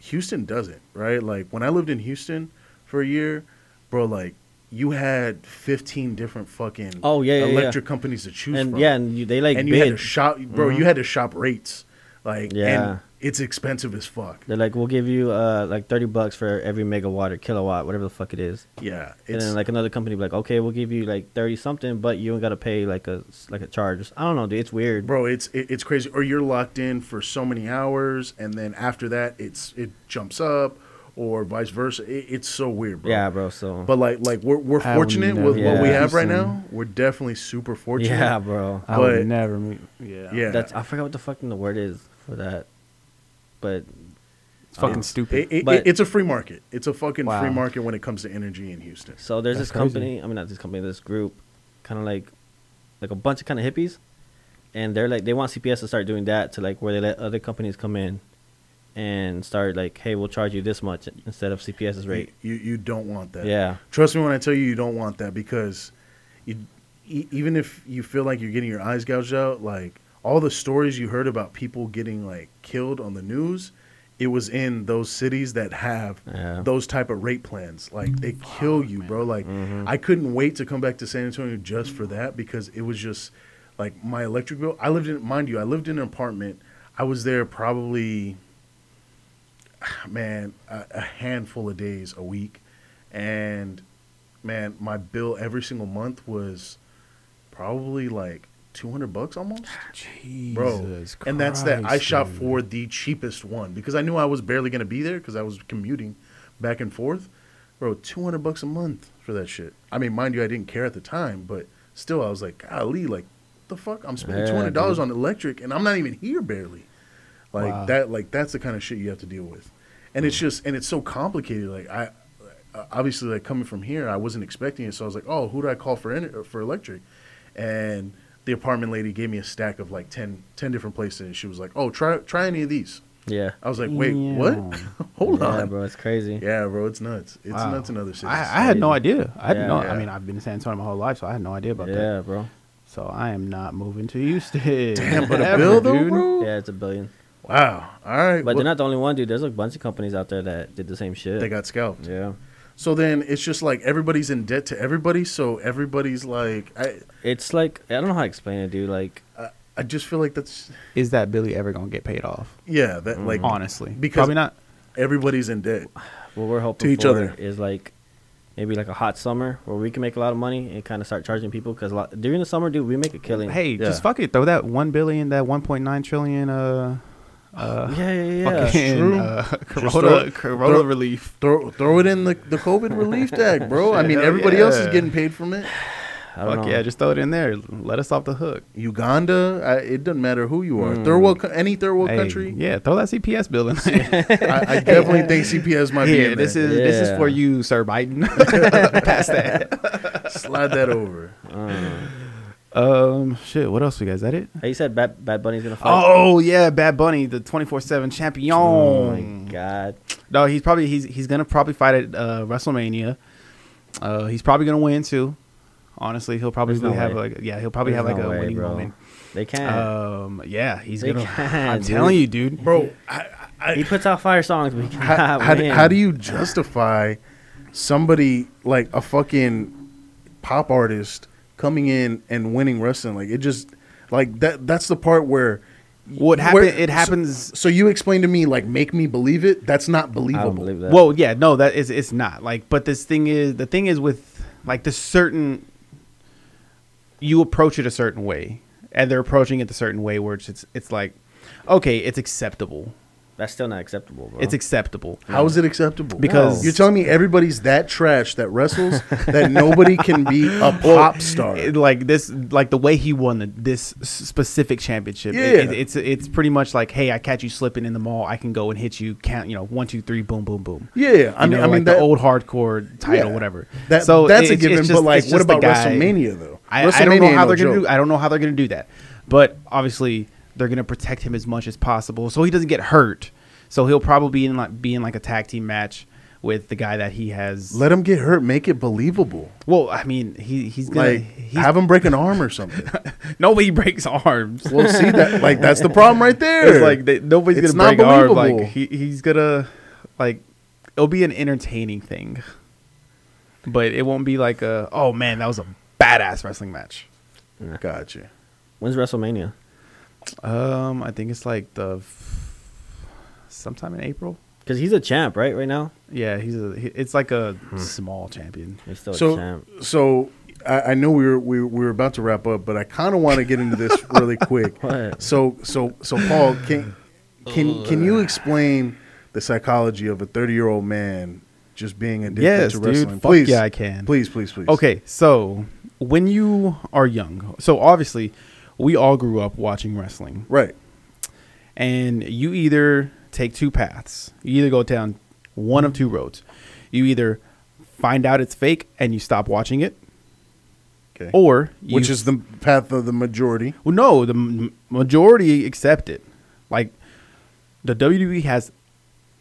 C: Houston doesn't, right? Like when I lived in Houston for a year, bro, like you had 15 different fucking
E: Oh, yeah, yeah, yeah.
C: electric companies to choose
E: And
C: from.
E: yeah, and you, they like
C: and you
E: bid.
C: had to shop, bro. You had to shop rates, like
E: Yeah.
C: and it's expensive as fuck.
E: They're like, we'll give you uh like thirty bucks for every megawatt or kilowatt, whatever the fuck it is.
C: Yeah,
E: and
C: it's
E: then like another company be like, okay, we'll give you like thirty something, but you ain't gotta pay like a like a charge. I don't know, dude. It's weird.
C: bro, it's it, it's crazy. Or you're locked in for so many hours, and then after that, it's it jumps up, or vice versa. It, it's so weird, bro.
E: Yeah, bro. So
C: But like like we're we're
D: I would
C: fortunate with
D: never
C: what we
E: move
C: have
D: to
C: right
D: Houston.
C: now. We're definitely super fortunate.
E: yeah, bro.
D: I would
C: but-
D: never move. Yeah.
C: yeah.
E: That's I forgot what the fucking the word is for that, but
D: It's fucking stupid.
C: It- it-
E: But-
C: it's a free market. It's a fucking
D: Wow.
C: free market when it comes to energy in Houston.
E: So there's
D: That's
E: this company. I mean, not this company. This group, kind of like, like a bunch of kind of hippies, and they're like they want CPS to start doing that to like where they let other companies come in, and start like, hey, we'll charge you this much instead of CPS's rate.
C: You you don't want that.
E: Yeah.
C: Trust me when I tell you you don't want that because you, e- even if you feel like you're getting your eyes gouged out, like all the stories you heard about people getting like killed on the news, it was in those cities that have
E: Yeah.
C: those type of rate plans. Like they kill you, bro. Like I couldn't wait to come back to San Antonio just for that because it was just like my electric bill. I lived in mind you, I lived in an apartment. I was there probably man, a, a handful of days a week, and man, my bill every single month was probably like two hundred bucks almost,
D: Jesus
C: bro. and that's that. I
D: Christ,
C: shop
D: dude.
C: for the cheapest one because I knew I was barely gonna be there because I was commuting back and forth, bro. Two hundred bucks a month for that shit. I mean, mind you, I didn't care at the time, but still, I was like, golly, like the fuck, I'm spending
E: Yeah,
C: two hundred dollars on electric, and I'm not even here barely like
D: Wow. Hmm.
C: that like that's the kind of shit you have to deal with and it's just and it's so complicated like i uh, obviously like coming from here i wasn't expecting it so i was like oh who do i call for ener- for electric and the apartment lady gave me a stack of like 10, 10 different places and she was like oh try try any of these
E: Yeah.
C: i was like wait
D: Yeah.
C: what hold
E: yeah,
C: on
E: bro. It's crazy.
C: yeah bro it's nuts it's
D: Wow.
C: nuts in other cities
D: I, I had no idea. I had
E: Yeah.
D: no.
C: Yeah.
D: I mean, I've been in San Antonio my whole life, so I had no idea about
E: Yeah,
D: that.
E: bro.
D: So I am not moving to Houston.
C: Damn, but a
D: Ever,
C: bill though,
D: dude.
C: bro?
E: Yeah, it's a billion.
C: Wow. All right.
E: But
C: well,
E: they're not the only one, dude. There's a bunch of companies out there that did the same shit.
C: They got scalped.
E: yeah.
C: So then it's just like everybody's in debt to everybody. So everybody's like, I,
E: It's like I don't know how to explain it, dude. Like
C: I, I just feel like that's
D: Is that Billy ever gonna get paid off?
C: Yeah, that like
D: Honestly,
C: because-
D: probably not.
C: everybody's in debt.
E: what we're hoping
C: To each
E: for
C: other.
E: is like maybe like a hot summer where we can make a lot of money and kind of start charging people because during the summer, dude, we make a killing.
D: Hey, just
C: Yeah.
D: fuck it. Throw that one billion, that one point nine trillion. Uh, uh,
E: yeah, yeah, yeah.
D: fucking,
C: true.
D: uh,
C: Just
D: Corona,
C: throw-
D: Corona
C: throw-
D: relief.
C: Throw throw it in the the COVID relief tag, bro. I mean,
D: Hell
C: everybody else is
D: yeah.
C: getting paid from it.
E: I don't
D: Fuck
E: know.
D: yeah, just throw it in there. Let us off the hook.
C: Uganda, I, it doesn't matter who you are. Third world, co- any third world
D: Hmm. Hey,
C: country,
D: Yeah, throw that CPS bill in there.
C: I, I definitely think CPS might be
D: Here,
C: in
D: this
C: there.
D: is this is for
E: Yeah.
D: you, Sir Biden. Pass that.
C: Slide that over.
D: Um, shit. What else we got? Is that it?
E: Hey, you said Bad, Bad Bunny's gonna fight.
D: Oh yeah, Bad Bunny, the twenty four seven champion.
E: Oh my god.
D: No, he's probably he's he's gonna probably fight at uh, WrestleMania. Uh, he's probably gonna win too. Honestly, he'll probably
E: There's no
D: have
E: way.
D: like yeah, he'll probably have
E: There's
D: like
E: no
D: a
E: way,
D: winning
E: bro.
D: moment.
E: They can't.
D: Um, yeah, he's
E: They
D: gonna.
E: can't,
D: I'm
E: dude.
D: telling you, dude.
C: bro. I, I,
E: he puts out fire songs, but he
C: Uh,
D: Ah,
C: how,
E: cannot
C: how, do-
E: win.
C: how do you justify somebody like a fucking pop artist coming in and winning wrestling? Like it just like that. That's the part where
D: What
C: where-
D: happened? It
C: so-
D: happens.
C: So you explain to me like make me believe it. That's not
E: I
C: believable.
E: don't believe that.
D: Well, yeah, no, that is it's not like. But this thing is the thing is with like the certain. You approach it a certain way, and they're approaching it a certain way, where it's it's, it's like, okay, it's acceptable.
E: That's still not acceptable, bro.
D: It's acceptable.
C: How is it acceptable?
D: Because-
C: you're telling me everybody's that trash that wrestles that nobody can be a pop star.
D: It- like this like the way he won the, this s- specific championship it-
C: Yeah.
D: it- it's it's pretty much like hey i catch you slipping in the mall i can go and hit you count you know one two three boom boom boom
C: Yeah, I
D: You
C: mean-
D: know,
C: I mean,
D: like
C: that-
D: the old hardcore title
C: Yeah.
D: whatever
C: That- that's a
D: it's- it's
C: given, but,
D: just-
C: like,
D: it's
C: what
D: just the
C: about
D: guy-
C: WrestleMania, though?
D: I, I don't
C: WrestleMania
D: know
C: ain't
D: how
C: no
D: they're gonna do
C: joke.
D: i don't know how they're gonna do that but obviously They're gonna protect him as much as possible so he doesn't get hurt. So he'll probably be in like be in like a tag team match with the guy that he has.
C: Let him get hurt. Make it believable.
D: well, I mean, he he's gonna
C: like
D: he's,
C: have him break an arm or something.
D: nobody breaks arms.
C: We'll see that. Like that's the problem right there.
D: It's like they, nobody's
C: It's
D: gonna
C: not
D: break arm.
C: believable.
D: Like he, he's gonna like it'll be an entertaining thing, but it won't be like a oh man that was a badass wrestling match.
C: gotcha.
E: When's WrestleMania?
D: Um, I think it's like the f- sometime in April.
E: Because he's a champ, right? Right now,
D: Yeah, he's a. he- It's like a small champion.
E: he's still a
C: So
E: champ.
C: so I, I know we were we, were- we were about to wrap up, but I kind of want to get into this really quick.
E: What?
C: So so so Paul can can can you explain the psychology of a thirty year old man just being addicted
D: Yes,
C: to
D: dude.
C: wrestling?
D: Fuck
C: please,
D: yeah, I can.
C: Please, please, please.
D: Okay, so when you are young, so obviously we all grew up watching wrestling.
C: Right.
D: and you either take two paths. You either go down one of two roads. You either find out it's fake and you stop watching it,
C: Okay.
D: or you,
C: Which is the path of the majority.
D: well, no, the m- majority accept it. Like the WWE has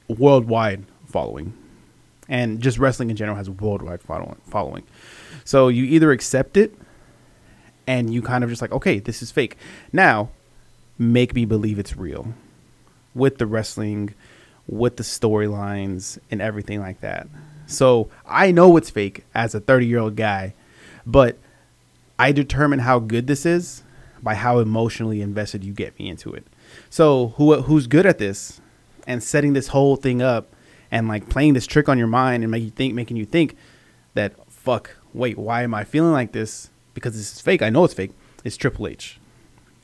D: worldwide following, and just wrestling in general has a worldwide follow- following. So you either accept it, and you kind of just like, okay, this is fake. Now, make me believe it's real, with the wrestling, with the storylines, and everything like that. So I know it's fake as a thirty-year-old guy, but I determine how good this is by how emotionally invested you get me into it. So who who's good at this and setting this whole thing up and like playing this trick on your mind and make you think making you think that fuck wait why am I feeling like this because this is fake I know it's fake it's Triple H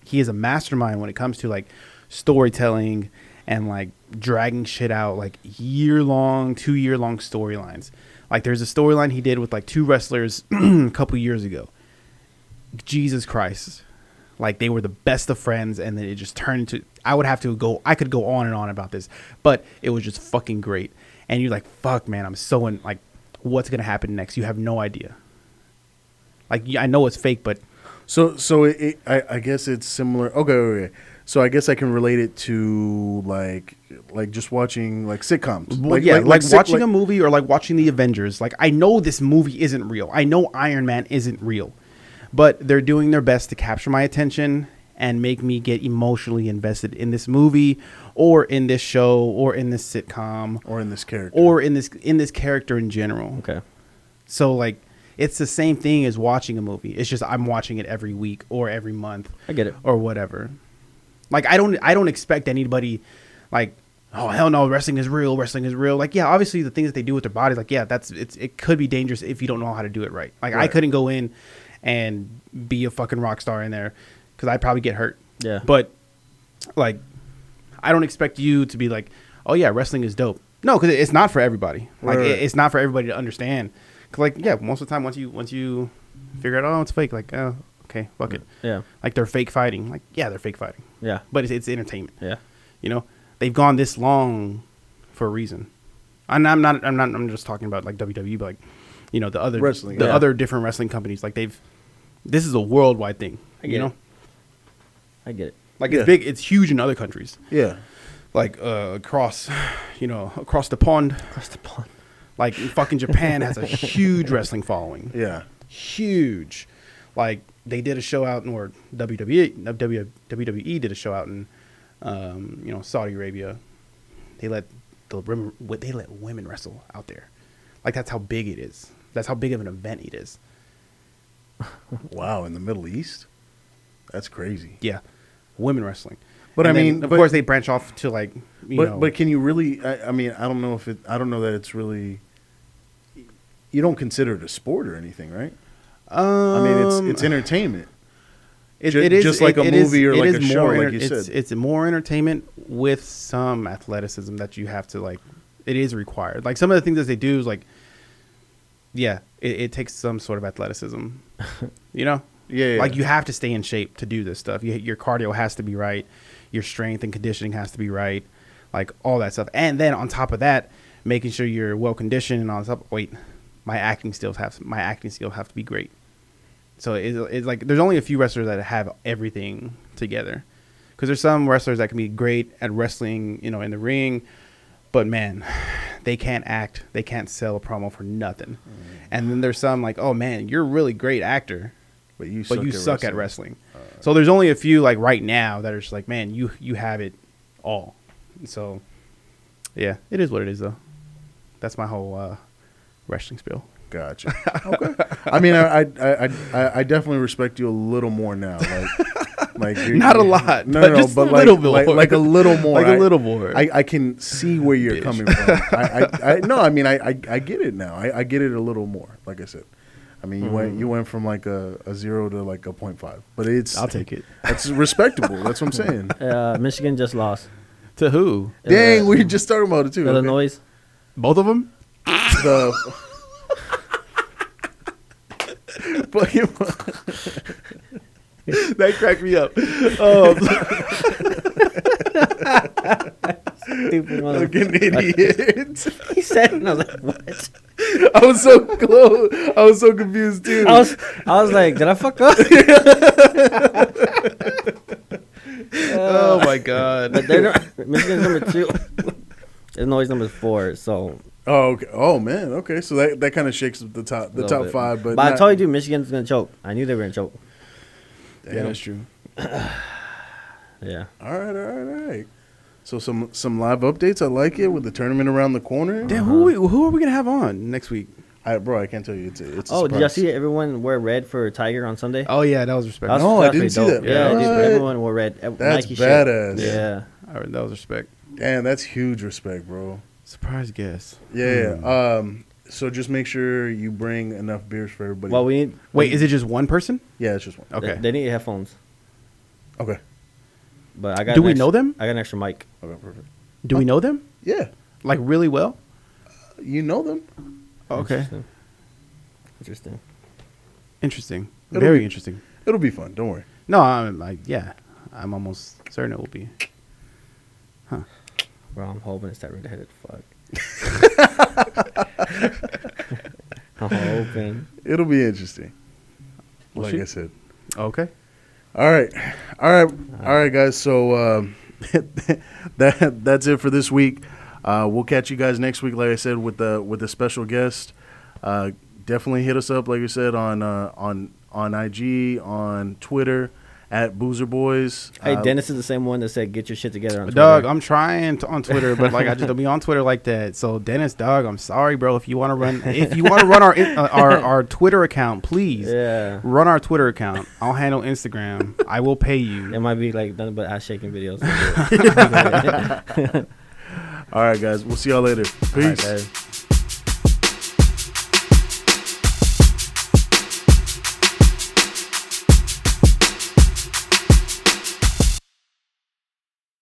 D: he is a mastermind when it comes to like storytelling and like dragging shit out like year long, two year long storylines. Like there's a storyline he did with like two wrestlers a couple years ago. Jesus Christ. Like they were the best of friends and then it just turned into I would have to go I could go on and on about this, but it was just fucking great. And you're like, "Fuck, man, I'm so in like what's going to happen next? You have no idea." Like yeah, I know it's fake, but
C: So so it, it, I, I guess it's similar. Okay, okay, okay. So I guess I can relate it to like like just watching like sitcoms.
D: Well, yeah, like,
C: sit-
D: watching a movie or like watching the Avengers. Like I know this movie isn't real. I know Iron Man isn't real, but they're doing their best to capture my attention and make me get emotionally invested in this movie or in this show or in this sitcom
C: or in this character.
D: or in this in this character in general.
E: Okay.
D: So like it's the same thing as watching a movie. It's just I'm watching it every week or every month.
E: I get it.
D: Or whatever. Like I don't I don't expect anybody like oh hell no wrestling is real wrestling is real like yeah obviously the things that they do with their bodies like yeah that's it's it could be dangerous if you don't know how to do it right like I
C: Right.
D: couldn't go in and be a fucking rock star in there because I'd probably get hurt
E: Yeah.
D: but like I don't expect you to be like, oh yeah, wrestling is dope. No, because it's not for everybody. Like
C: Right.
D: it, it's not for everybody to understand. 'Cause, like yeah, most of the time once you once you figure out oh it's fake, like oh okay fuck it.
E: Yeah.
D: Like they're fake fighting. Like yeah, they're fake fighting.
E: Yeah.
D: But it's, it's entertainment.
E: Yeah.
D: You know they've gone this long for a reason. And I'm not I'm not I'm just talking about like WWE, but like you know the other
C: Wrestling,
D: the
C: yeah.
D: other different wrestling companies. Like they've this is a worldwide thing.
E: I get
D: you
E: it.
D: know.
E: I get it.
D: Like
C: Yeah.
D: it's big, it's huge in other countries.
C: yeah.
D: Like uh, across, you know, across the pond.
E: Across the pond.
D: Like fucking Japan has a huge wrestling following.
C: Yeah.
D: Huge. Like they did a show out in or WWE, uh, W- WWE did a show out in, um, you know, Saudi Arabia. They let the women, what- they let women wrestle out there. Like that's how big it is. That's how big of an event it is.
C: Wow, in the Middle East? That's crazy.
D: Yeah, women wrestling.
C: But I
D: then,
C: mean,
D: of
C: but-
D: course, they branch off to like you
C: but
D: know,
C: but can you really I, I mean, I don't know if it I don't know that it's really you don't consider it a sport or anything, right? I mean, it's
D: um,
C: it's entertainment.
D: It,
C: Ju-
D: it is
C: just like a
D: it is-
C: movie or
D: it
C: like
D: is
C: a show,
D: more
C: like
D: enter-
C: you
D: it's,
C: said.
D: It's more entertainment with some athleticism that you have to like. It is required. Like some of the things that they do is like, yeah, it, it takes some sort of athleticism. you know,
C: Yeah, yeah,
D: like
C: yeah.
D: you have to stay in shape to do this stuff. You, your cardio has to be right. Your strength and conditioning has to be right. Like all that stuff, and then on top of that, making sure you're well conditioned and all this stuff. Wait, my acting skills have my acting skills have to be great. So it, it's like there's only a few wrestlers that have everything together. because there's some wrestlers that can be great at wrestling, you know, in the ring, but man, they can't act, they can't sell a promo for nothing. And then there's some like, oh man, you're a really great actor,
C: But you
D: but you suck at wrestling. Uh. so there's only a few like right now that are just like, man, you you have it all. So yeah, it is what it is though. That's my whole uh, wrestling spiel.
C: Gotcha. Okay. I mean, I, I I I I definitely respect you a little more now. Like, like you're-
D: Not a lot,
C: No,
D: but
C: no, no,
D: just
C: but
D: a
C: like,
D: little bit
C: like,
D: more.
C: like a little more,
D: Like a
C: I-
D: little more.
C: I, I can see where you're coming from. I, I, I no, I mean, I, I, I get it now. I, I get it a little more. Like I said, I mean, you
D: Mm-hmm.
C: went you went from like a, a zero to like a point five, but it's
D: I'll take it.
C: That's respectable. That's what I'm saying.
E: Uh, Michigan just lost.
D: To who?
C: Dang, we were just talking about it too.
E: Illinois.
D: Both of them?
C: the fucking
D: that cracked me up. Oh,
E: Stupid mother-
C: fucking idiot.
E: he said, and I was like, what?
C: I was so close. I was so confused too.
E: I was, I was like, did I fuck up?
D: oh my god.
E: They're not, Michigan's number two. Illinois is number four. So
C: oh, okay. oh man. Okay, so that, that kind of shakes up the top the
E: little
C: top
E: bit.
C: five. But,
E: but I
C: not-
E: told you, Michigan's gonna choke. I knew they were gonna choke.
C: Damn.
D: true.
E: Yeah.
C: All right, all right, all right. So some some live updates. I like it with the tournament around the corner.
D: Damn, who we, who are we gonna have on next week?
C: I, bro, I can't tell you. It's a, it's a
E: Oh, did y'all
C: surprise.
E: see everyone wear red for Tiger on Sunday?
D: Oh yeah, that was
E: That
D: respect.
E: was-
C: No, I
E: that was
C: didn't
E: pretty
C: see
E: dope.
C: that.
E: Yeah, I
C: What?
E: did. everyone wore red. Ev-
C: That's
E: Nike
C: badass.
E: Shit. Yeah.
D: I re- that was respect.
C: Damn, that's huge respect, bro.
D: Surprise guest.
C: Yeah.
D: Hmm.
C: Um. So just make sure you bring enough beers for everybody.
E: Well, we need.
D: Wait, is it just one person?
C: yeah, it's just one.
D: Okay.
E: They, they need headphones.
C: Okay.
E: But I got.
D: Do
E: an
D: we
E: extra-
D: know them?
E: I got an extra mic.
C: Okay. Perfect.
D: Do we know them?
C: Yeah,
D: Like really well?
C: you know them.
D: Oh, Okay.
E: Interesting. Interesting.
D: Interesting.
C: It'll
D: Very
C: be-
D: interesting.
C: It'll be fun. Don't worry.
D: No, I'm like yeah. I'm almost certain it will be.
E: Bro, I'm hoping it's that red-headed fuck. I'm hoping.
C: It'll be interesting.
D: We'll
C: like
D: see.
C: I said.
D: Okay.
C: All right, all right, all right, guys. So um, that that's it for this week. Uh, we'll catch you guys next week. Like I said, with the with a special guest. Uh, definitely hit us up. Like I said on uh, on on IG on Twitter at Boozer Boys.
E: Hey,
C: Uh,
E: Dennis is the same one that said, "Get your shit together." On
D: Doug,
E: Twitter."
D: I'm trying to, on Twitter, but like I just don't be on Twitter like that. So Dennis, Doug, I'm sorry, bro. If you want to run, if you want to run our in- uh, our our Twitter account, please
E: Yeah.
D: run our Twitter account. I'll handle Instagram. I will pay
E: It
D: you.
E: might be like nothing but ass shaking videos.
C: All right, guys. We'll see y'all later. Peace.
E: All right, guys.